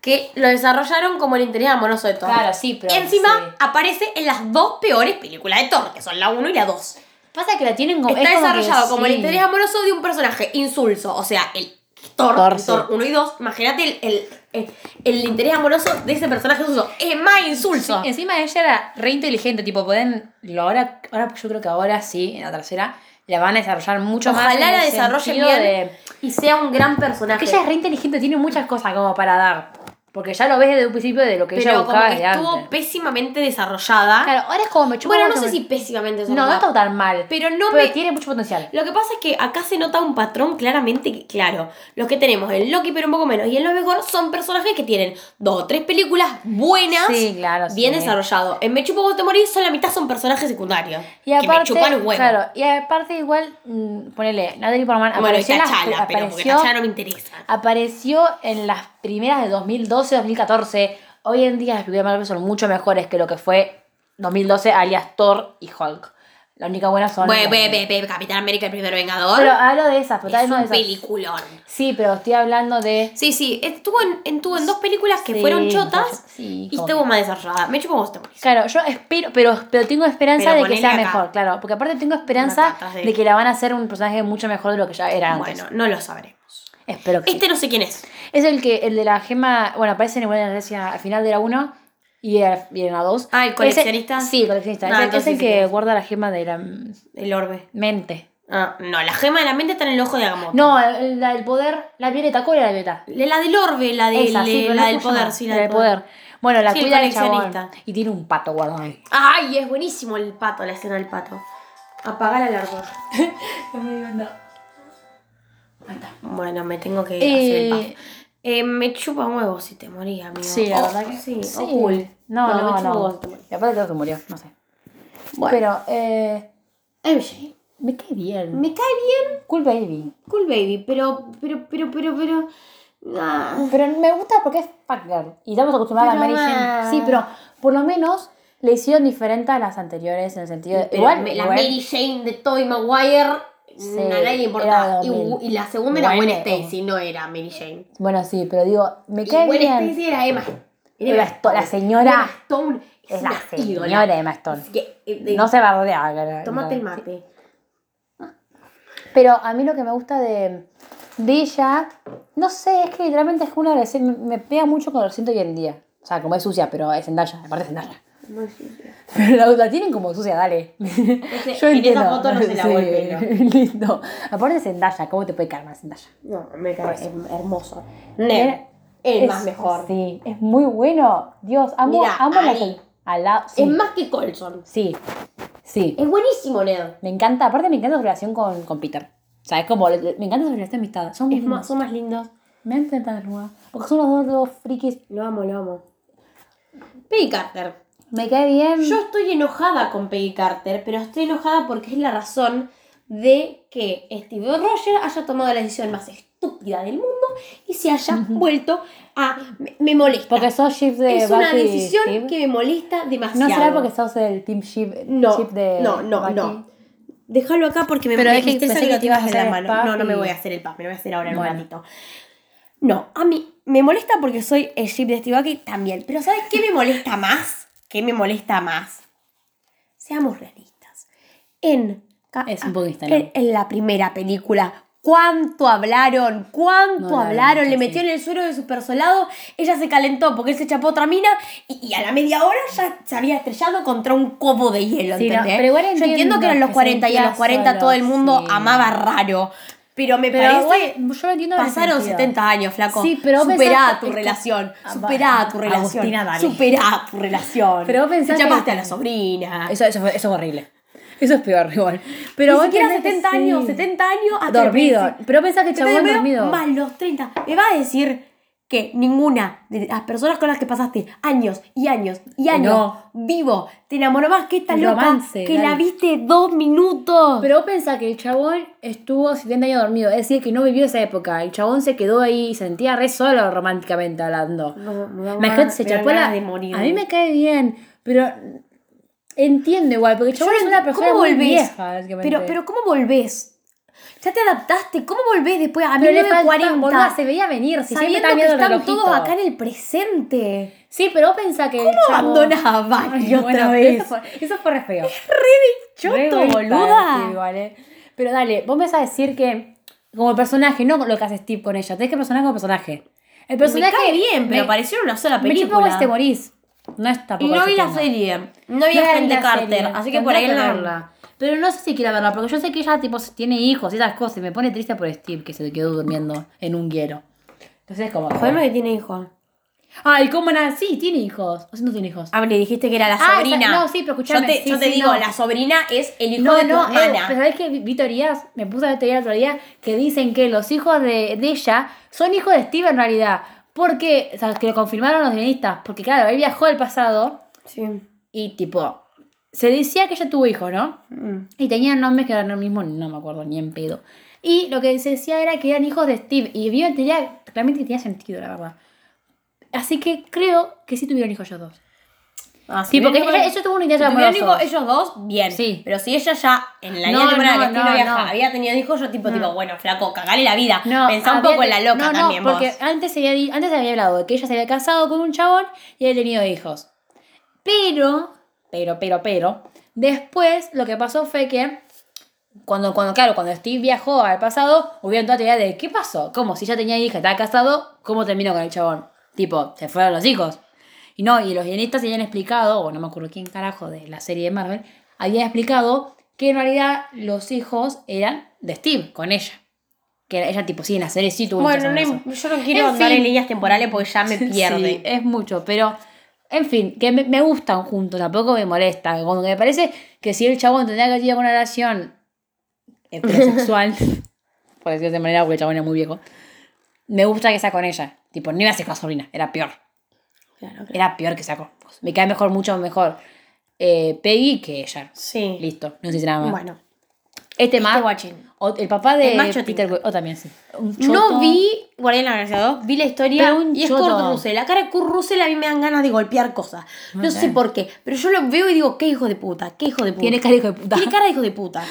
que lo desarrollaron como el interés amoroso de Thor. Claro, sí, pero Y encima sí. aparece en las dos peores películas de Thor, que son la 1 y la 2. Pasa que la tienen como... Está es como que desarrollado como el sí. interés amoroso de un personaje insulso, o sea, el Thor, Thor, el sí. Thor 1 y 2. Imagínate el, el, el- el interés amoroso de ese personaje insulso. Es más insulso. Sí, encima ella era re inteligente, tipo, pueden. Lo ahora, ahora yo creo que ahora sí, en la tercera, la van a desarrollar mucho más. Ojalá en la el desarrollen sentido bien de- y sea un gran personaje. porque ella es re inteligente, tiene muchas cosas como para dar. Porque ya lo ves desde un principio de lo que ella pero como buscaba que desde estuvo antes. pésimamente desarrollada. Claro, ahora es como me chupa bueno, un no sé huevo. si pésimamente No, no desarrollada. está tan mal. Pero no me- tiene mucho potencial. Lo que pasa es que acá se nota un patrón claramente que, claro, los que tenemos en Loki, pero un poco menos, y en los mejor son personajes que tienen dos o tres películas buenas, Sí, claro, bien sí. desarrollado. En Me Chupo Vos Te Morís, son la mitad son personajes secundarios. Y aparte, que me chupan un huevo. claro, y aparte igual, mm, ponele, Natalie Portman bueno, y apareció, en las- Tachala, pero porque apareció, Tachala no me interesa. apareció en las primeras de 2012, 2014. Hoy en día las películas de Marvel son mucho mejores que lo que fue 2012 alias Thor y Hulk. La única buena son. Ve, las- ve, ve, ve, Capitán América el primer vengador. Pero hablo de esas, pero tal es vez no de un esas. peliculón. Sí, pero estoy hablando de. Sí, sí, estuvo en, estuvo en dos películas que Sí, fueron chotas sí, y como estuvo que- más desarrollada. Me chupo como te morís. Claro, yo espero, pero, pero tengo esperanza Pero de que ponele sea acá. mejor, claro. Porque aparte tengo esperanza Una cata, sí. de que la van a hacer un personaje mucho mejor de lo que ya era antes. Bueno, no lo sabremos. Espero que sí. Este no sé quién es. Es el que, el de la gema, bueno, aparece en Igual de Grecia al final de la 1 y, al- y en la 2. Ah, ¿el coleccionista? sí, el coleccionista. Ah, Es el- es, entonces el sí que que es. guarda la gema de la mm, El orbe. mente. Ah, no, la gema de la mente está en el ojo de Agamotto. No, el- la del poder, la violeta, ¿cuál era la violeta? De La del orbe, la, de, Esa, sí, de- pero la no del se llama, poder, sí, la del poder. Bueno, la Sí, el cuida el chabón. coleccionista. Y tiene un pato guardado ahí. Ay, es buenísimo el pato, la escena del pato. Apaga la alarma. Bueno, me tengo que hacer el Eh, pato. Eh, me chupa huevos si te morís, amigo. Sí, la Oh, verdad que sí. sí. oh, cool. No, no, me no. chupa huevos si te morís. Y aparte creo que murió, no sé. Bueno, Pero, eh, MJ, me cae bien. me cae bien Cool Baby. Cool Baby, pero, pero, pero, pero, pero... ah. Pero me gusta porque es Pac-Girl. Y estamos acostumbrados Pero a Mary va. Jane. Sí, pero por lo menos le hicieron diferente a las anteriores en el sentido de. Pero igual, me- la igual- Mary Jane de Tobey Maguire Sí, a nadie le importaba. era Y, dos mil. y la segunda era Gwen Bueno, Stacy, no era Mary Jane. Bueno, sí, pero digo, me Y cae Gwen bien. Stacy era Emma. Era esto- la señora Emma Stone es, Es una la ídola. señora de Maston. Así que, eh, de- No se bardea. cara. Tómate el No. mate. Pero a mí lo que me gusta de, de ella, no sé, es que literalmente es una adolescente- me, me pega mucho con lo que siento hoy en día. O sea, como es sucia, pero es Zendaya, aparte es Zendaya. Pero la, la tienen como sucia, dale. Yo en entiendo. esa foto no se la Sí, vuelve. Lindo. Aparte es Zendaya, ¿cómo te puede caer más Zendaya? No, me parece hermoso. Era- Ned, el es- más mejor. Sí, es muy bueno. Dios, amo, Mira, amo la ahí. que- a la- sí, Es más que Colson. sí, sí. Es buenísimo, Ned. Me encanta, aparte me encanta su relación con, con Peter. O sea, es como, le- le- me encanta su relación de amistad. Son Es muy más, son más lindos. Me encanta tan desnuda. Porque son los dos, dos frikis. Lo amo, lo amo. Peggy Carter. Me cae bien. Yo estoy enojada con Peggy Carter, pero estoy enojada porque es la razón de que Steve Rogers haya tomado la decisión más estúpida del mundo y se haya vuelto a... Me, me molesta. porque sos ship de es una Buffy y decisión Steve. que me molesta demasiado. No será porque sos el team ship, No, ship de no, no, Buffy? no. Déjalo acá porque me Pero me es que tristeza pensé que te ibas a hacer la el mano. puff No, no me y- voy a hacer el puff, me lo voy a hacer ahora en Bueno. un ratito. No, a mí me molesta porque soy el ship de Steve Aoki también. Pero ¿sabes qué me molesta más? ¿Qué me molesta más? Seamos realistas. En, ca- Es un poco instalado. en, en la primera película, ¿cuánto hablaron? ¿Cuánto No, la hablaron? verdad, sí. Le metió en el suero de supersolado, ella se calentó porque él se chapó otra mina y, y a la media hora ya se había estrellado contra un copo de hielo, Sí, no, ¿entendés? pero igual Yo entiendo entiendo que eran los que 40 y a los sentía 40 todo el solo, mundo sí. amaba raro. Pero me Pero parece... igual, yo lo entiendo en el Pasaron sentido. 70 años, flaco. Sí, pero vos superá pensás- tu es que- relación. Ah, Superá va, tu relación. Agustina Dali. Superá tu relación. Pero vos pensás Te chapaste que- a la sobrina. Eso, eso, fue- eso es horrible. Eso es peor, igual. Pero Pero vos Ni siquiera entendés que 70 sí. años, 70 años. hasta Dormido. el príncipe. Pero pensás que 70 chabón años dormido. Más los 30. Me va a decir que ninguna de las personas con las que pasaste años y años y años No. vivo te enamoró más que esta El loca romance, que dale. la viste dos minutos. Pero vos pensás que el chabón estuvo 70 años dormido. Es decir, que no vivió esa época. El chabón se quedó ahí y se sentía re solo románticamente hablando. No, me da Imagínate, ganas- se me dan chapó la... ganas de morir. A mí me cae bien, pero entiendo igual, porque el chabón Yo es no una entiendo, persona muy volvés? vieja, básicamente. Pero, pero ¿cómo volvés? Ya te adaptaste, ¿cómo volvés después a Pero le falta, 1940? boluda, se veía venir, si siempre estaba sabiendo que mirando el están relojito. todos acá en el presente. Sí, pero vos pensás que el ¿Cómo chabón... abandonás a Bucky Ay, otra bueno, vez? Eso fue, eso fue re feo. Re Choto, egoísta, sí, boluda. igual, eh. Pero dale, vos me vas a decir que como personaje, no lo que hace Steve con ella, tenés que personaje como personaje. El personaje me- parecieron una sola Me este chupa huevo si te morís. No es tampoco Y no ese vi la tema. serie. No vi No a era gente la Carter. serie, Así que tendría por ahí no. verla. Pero no sé si quiera verla, porque yo sé que ella tipo tiene hijos y esas cosas. Y me pone triste por Steve que se quedó durmiendo en un hielo. Entonces es como. Sabemos que tiene hijo. Ay, ¿cómo nada? Sí, tiene hijos. O sea, no tiene hijos. Ah, le dijiste que era la Ah, esa- sobrina. no, sí, pero escuchame, Yo te, sí, yo te sí, digo, no. la sobrina es el hijo No, de tu no, eh, hermana. pero sabés que vi, vi teorías, me puse a ver teoría el otro día, que dicen que los hijos de, de ella son hijos de Steve en realidad. Porque, o sea, que lo confirmaron los guionistas. Porque claro, él viajó al pasado Sí. y tipo, se decía que ella tuvo hijos, ¿no? Mm. Y tenían nombres que eran el mismo, no me acuerdo ni en pedo. Y lo que se decía era que eran hijos de Steve. Y vio tenía, claramente tenía sentido, la verdad. Así que creo que sí tuvieron hijos ellos dos. Ah, Sí, si porque Verónica- ella, ella tuvo un interés Verónica, amoroso. ellos dos, bien. Sí. Pero si ella ya en la No, línea temporada no, que estilo no, viaja no. había tenido hijos, yo tipo, tipo, bueno, flaco, cagale la vida. No, Pensá un había poco en la que- loca no, no, también porque vos. antes se había, di- antes se había hablado de que ella se había casado con un chabón y había tenido hijos. Pero, pero, pero, pero, después lo que pasó fue que cuando, cuando claro, cuando Steve viajó al pasado, hubieron toda teoría de ¿qué pasó? ¿Cómo? Si ya tenía hija, estaba casado, ¿cómo terminó con el chabón? Tipo, se fueron los hijos. Y no, y los guionistas habían explicado, o no me acuerdo quién carajo de la serie de Marvel, habían explicado que en realidad los hijos eran de Steve, con ella. Que ella, tipo, sí, en la serie sí tuvo un Bueno, interés no, amoroso. yo no quiero En andar fin. en líneas temporales porque ya me pierde. Sí, es mucho, pero. En fin, que me, me gustan juntos, tampoco me molesta. Como que me parece que si el chabón tendría que tener una relación heterosexual, por decirlo de manera, porque el chabón era muy viejo, me gusta que sea con ella. Tipo, no iba a ser con la sobrina, era peor. Claro, claro. Era peor que sea con vos. Me cae mejor, mucho mejor eh, Peggy que ella. Sí. Listo, no sé si nada más. Bueno. este más. Este guachín. o- el papá de El macho Peter Quill- tinta. Oh, también, sí. Un choto. No vi Guardián de la Galaxia 2, vi la historia Pero un y es choto. Kurt Russell. La cara de Kurt Russell a mí me dan ganas de golpear cosas. No sé por qué, pero yo lo veo y digo, qué hijo de puta, qué hijo de puta. Tiene cara de hijo de puta. Tiene cara de hijo de puta.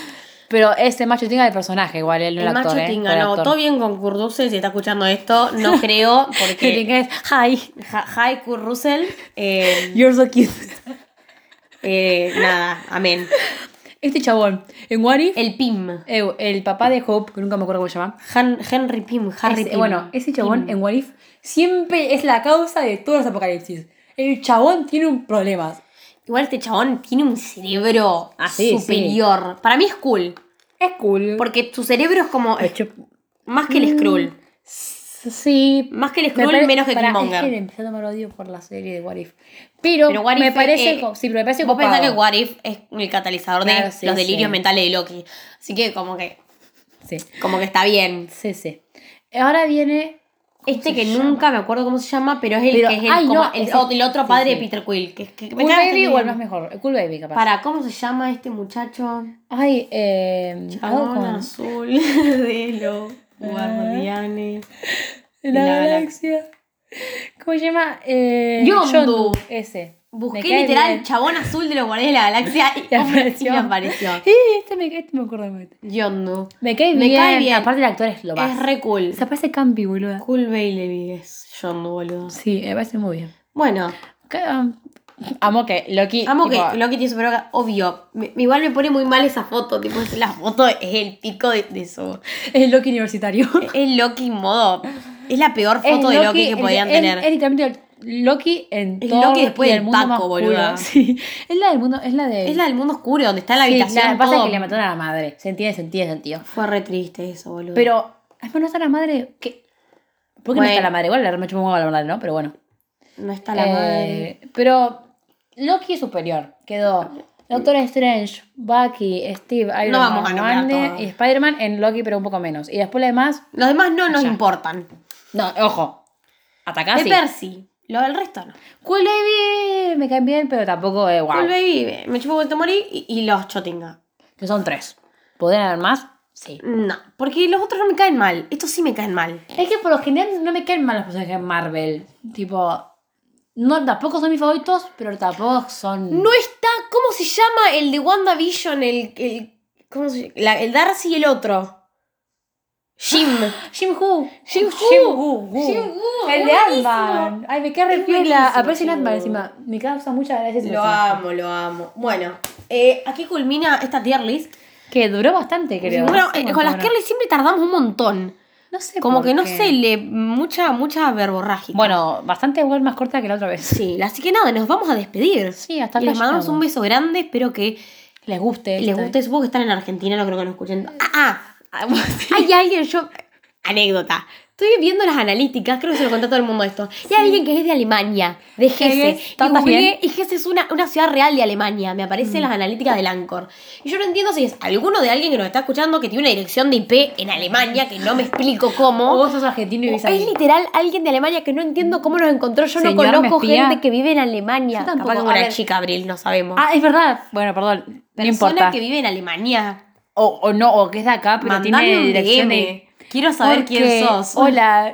Pero ese macho tinga es el personaje, igual, él no el el, actor. macho ¿eh? tinga, Fue el no, actor. todo bien con Kurt Russell, si está escuchando esto, no creo, Que porque... tenga es, hi, Ja- Hi Kurt Russell, eh, you're so cute. eh, nada, amén. Este chabón, en What If, El Pim, eh, el papá de Hope, que nunca me acuerdo cómo se llama. Han- Henry Pim, Harry ese- Pym. bueno, ese chabón en What If siempre es la causa de todos los apocalipsis. El chabón tiene un problema. Igual este chabón tiene un cerebro Sí, sí. superior. Para mí es cool, Es cool. porque su cerebro es como... Más que el Skrull. Sí. Más que Mm, el Mm. me Skrull, pare- menos que pará, Killmonger. Es que le empecé a tomar odio por la serie de What If. Pero, Pero What me, If, parece, eh, co- sí, pero me parece Vos pensás ocupado. que What If es el catalizador Claro, de sí, los delirios sí. mentales de Loki. Así que como que, Sí, como que está bien. sí, sí. Ahora viene Este que nunca me acuerdo cómo se llama, pero es el Pero, que es el, ay, como no, el, ese- o- el otro sí, padre sí. de Peter Quill. Que, que- me Cool cae Baby bastante o el bien. más mejor. El Cool Baby, capaz. Para, ¿cómo se llama este muchacho? Ay, eh. algo Chabón con- azul de los Ah. guardianes. La, La galaxia. ¿Cómo se llama? Eh, Yondu. Ese. Busqué Me cae literal bien. chabón azul de los guardianes de la galaxia y, Y apareció. apareció. me apareció. Sí, este me, este me acuerdo. Me, Yondu. me cae Me bien. cae bien. Aparte, el actor es lo más. Es re cool. Se parece Campi, boluda. Cool Bailey es John, boludo. Sí, me parece muy bien. Bueno, Ca- um, Amo que Loki. amo Eh, tipo, que Loki tiene su peluca, obvio. Me- igual me pone muy mal esa foto, tipo, es- la foto es el pico de, de su... Es el Loki universitario. Es Loki modo... Es la peor Es Eh, foto de Loki que es- podían es- tener. Es literalmente Loki en Es todo Loki después y del el mundo Paco, más oscuro. boluda. Sí. Es la del mundo. Es la de. es la del mundo oscuro, donde está la Sí, habitación la- pasa todo- que le mataron a la madre. Se entiende, se entiende, se entiende. Fue re triste eso, boludo. Pero, además no está la madre. ¿Qué? ¿Por qué Bueno. no está la madre? Igual la me chupa un huevo la madre, ¿no? Pero bueno. no está la Eh, madre. Pero Loki es superior. Quedó Doctor Strange, Bucky, Steve, Iron No vamos a Man, nombrar Wanda todo. y Spider-Man en Loki, pero un poco menos. Y después la demás, Los demás no nos Ya. Ah, importan. no, ojo. Atacás. de Percy. Lo del resto no. Cool Baby me caen bien, pero tampoco eh, es wow. Cool Baby, me chupo vuelto a morir y, y los chotinga. Que son tres. ¿Podrían haber más? Sí. No, porque los otros no me caen mal. Estos sí me caen mal. Es que por lo general no me caen mal los personajes de Marvel. Tipo. No, tampoco son mis favoritos, pero tampoco son. No está. ¿Cómo se llama el de WandaVision? El. el ¿Cómo se llama? La- el Darcy y el otro. Jim. Jim Who. Jim Jim Who. Who. Jim Who, El de buenísimo. Ant-Man. Ay, me queda re Es piola. buenísimo, Aparece en Ant-Man Jim Woo. encima. Me causa muchas gracias. Lo amo, lo amo. Bueno, eh, aquí culmina esta tier list. Que duró bastante, creo. Bueno, No sé eh, cuánto con las duró. tier list siempre tardamos un montón. No sé. Como por que no qué. sé, le mucha, mucha verborrágica. Bueno, bastante igual más corta que la otra vez. Sí, así que nada, nos vamos a despedir. Sí, hasta Y Les acá mandamos llegamos. un beso grande, espero que Les guste. les esto, guste. eh. Supongo que están en Argentina, no creo que nos escuchen. ¡Ah! ah hay alguien, yo. Anécdota. Estoy viendo las analíticas, creo que se lo conté a todo el mundo esto. Y hay alguien que es de Alemania, de Hesse. Hesse, Y, ¿estás googleé, bien? Mm. y Hesse es una, una ciudad real de Alemania, me aparecen las analíticas del Ancor. Y yo no entiendo si es alguno de alguien que nos está escuchando que tiene una dirección de IP en Alemania, que no me explico cómo. O vos sos argentino y vivís O ahí. Es literal alguien de Alemania que no entiendo cómo nos encontró. Yo no Señor, conozco ¿me espía? gente que vive en Alemania. Yo tampoco. Capaz que A una ver. chica, Abril, no sabemos. Ah, es verdad. Bueno, perdón. No Persona importa. que vive en Alemania. O, o no, o que es de acá, pero Mandame tiene un dirección DM. de. Quiero saber Porque, quién sos. Hola,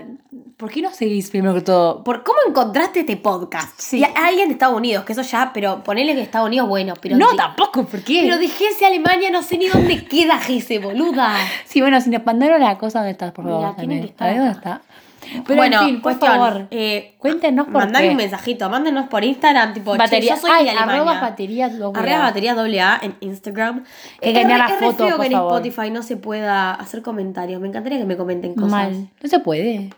¿Por qué no seguís primero que todo? ¿Por cómo encontraste este podcast? Sí. Y a- alguien de Estados Unidos, que eso ya, pero ponele que Estados Unidos, bueno, pero. no, di- tampoco, ¿por qué? Pero dejé ese Alemania, no sé ni dónde queda ese boluda. Sí, bueno, si nos mandaron la cosa, ¿dónde estás, por Mira, favor? tienen Daniel? que estar A ver dónde está. Pero en fin, por cuestión, favor, eh, cuéntenos por mandame qué. un mensajito, mándenos por Instagram, tipo, che, Batería, yo soy ay, de Alemania. arroba batería doble A. Arroba batería doble A en Instagram. Hay que Es re- añadir la es re foto, feo por que en favor. Spotify no se pueda hacer comentarios. Me encantaría que me comenten cosas. Mal. No se puede.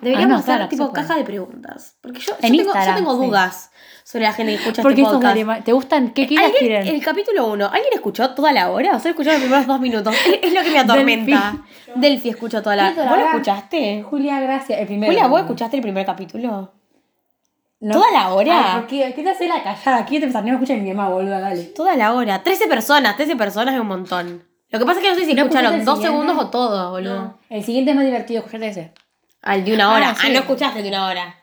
Deberíamos Ah, no, hacer claro, tipo se puede. caja de preguntas. Porque yo, yo En tengo, yo Instagram, tengo sí. dudas sobre la gente que escucha Porque este estos de podcast. Alemania- ¿Te gustan? ¿Qué, qué las ¿Alguien, quieren? el capítulo 1, ¿alguien escuchó toda la hora? ¿O solo escuchó los primeros dos minutos? Es, es lo que me atormenta. Delphi escuchó toda la Sí, toda la ¿Vos lo hora. escuchaste? Julia, gracias. El primero. Julia, ¿vos escuchaste el primer capítulo? No. ¿Toda la hora? Ay, ¿por qué? ¿Qué te hace la callada? Aquí te pensás, no me escucha mi mamá, boluda, dale. Toda la hora. 13 personas, 13 personas es un montón. Lo que pasa es que no sé si ¿No escucharon escuchaste el dos siguiente? segundos o todo, boludo. El siguiente es más divertido, escuchate ese. Al de una hora. Ah, Ah, sí. no escuchaste el de una hora.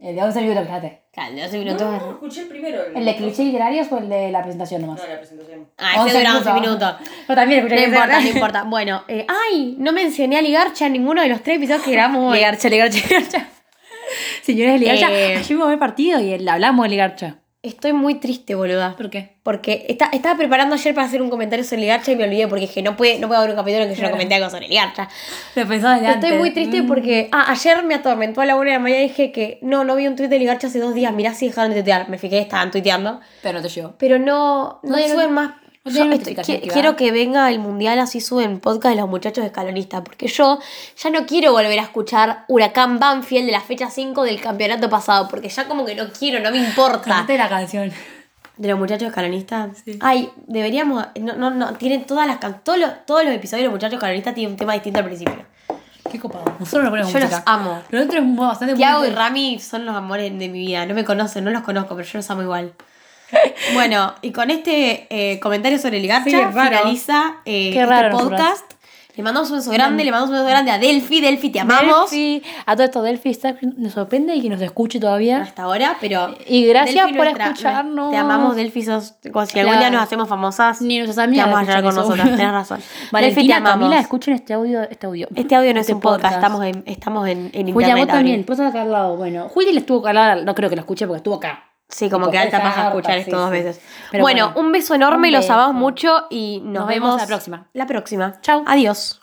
El de 11 minutos, escuchate. Claro, el de 12 No, minutos. no, no, escuché el primero. ¿El de cliché literarios o el de la presentación nomás? No, la presentación. Ah, ese dura 11 minutos. Yo también escuché No importa, no importa. Bueno, eh, ay, no mencioné a Ligarcha en ninguno de los tres episodios que grabamos hoy. Ligarcha, ligarcha, ligarcha. Señores, ligarcha. Eh. Ayer vimos el partido y el- hablamos de ligarcha. Estoy muy triste, boluda. ¿Por qué? Porque está- estaba preparando ayer para hacer un comentario sobre Ligarcha y me olvidé porque dije, no puede, no puede haber un capítulo en que yo no Claro. comente algo sobre Ligarcha. Lo pensaba desde Estoy antes. muy triste Mm. porque ah, ayer me atormentó a la una de la mañana y dije que no, no vi un tuit de Ligarcha hace dos días. Mirá si dejaron de tuitear. Me fijé, estaban tuiteando. Pero no te llegó. Pero no, no, No tienen- suben más. no Yo tienen estoy- notificación qui- activada. quiero que venga el mundial, así suben podcast de los muchachos escalonistas, porque yo ya no quiero volver a escuchar Huracán Banfield de la fecha 5 del campeonato pasado, porque ya como que no quiero, no me importa. Canté la canción. De los muchachos escalonistas. Sí. Ay, deberíamos. No, no, no, tienen todas las. can- Todos los, todos los episodios de los muchachos escalonistas tienen un tema distinto al principio. Qué copado. Nosotros no ponemos Yo los música. amo. Nosotros es bastante Tiago y bonito. Rami son los amores de mi vida. No me conocen, no los conozco, pero yo los amo igual. Bueno, y con este eh, comentario sobre el Sí, gacha es raro. finaliza eh, Qué este raro, podcast. Le mandamos un beso grande, le mandamos un beso grande a Delphi. Delphi, te amamos. Delphi, a todo esto, Delphi está, nos sorprende y que nos escuche todavía. Hasta ahora, pero. Y gracias por nuestra- escucharnos. Te amamos, Delphi. Sos, cuando- si algún Claro. día nos hacemos famosas, Ni nuestras amigas te vamos a escuchan llorar con eso. nosotras. Tenés razón. Delphi, te Valentina, amamos. Camila, escuchen este audio. Este audio, Este audio no es Este un podcast, podcast. estamos en, estamos en, en Julia, internet. vos también, ahora. vos estás acá al lado. Bueno, Julia le estuvo acá al lado, no creo que lo escuche porque estuvo acá. Sí, como Tipo, que alta esa paja garpa, escuchar sí, esto dos sí. veces. Pero bueno, bueno, un beso enorme, un los amamos beso. mucho y nos, Nos vemos la próxima. La próxima. Chau. Adiós.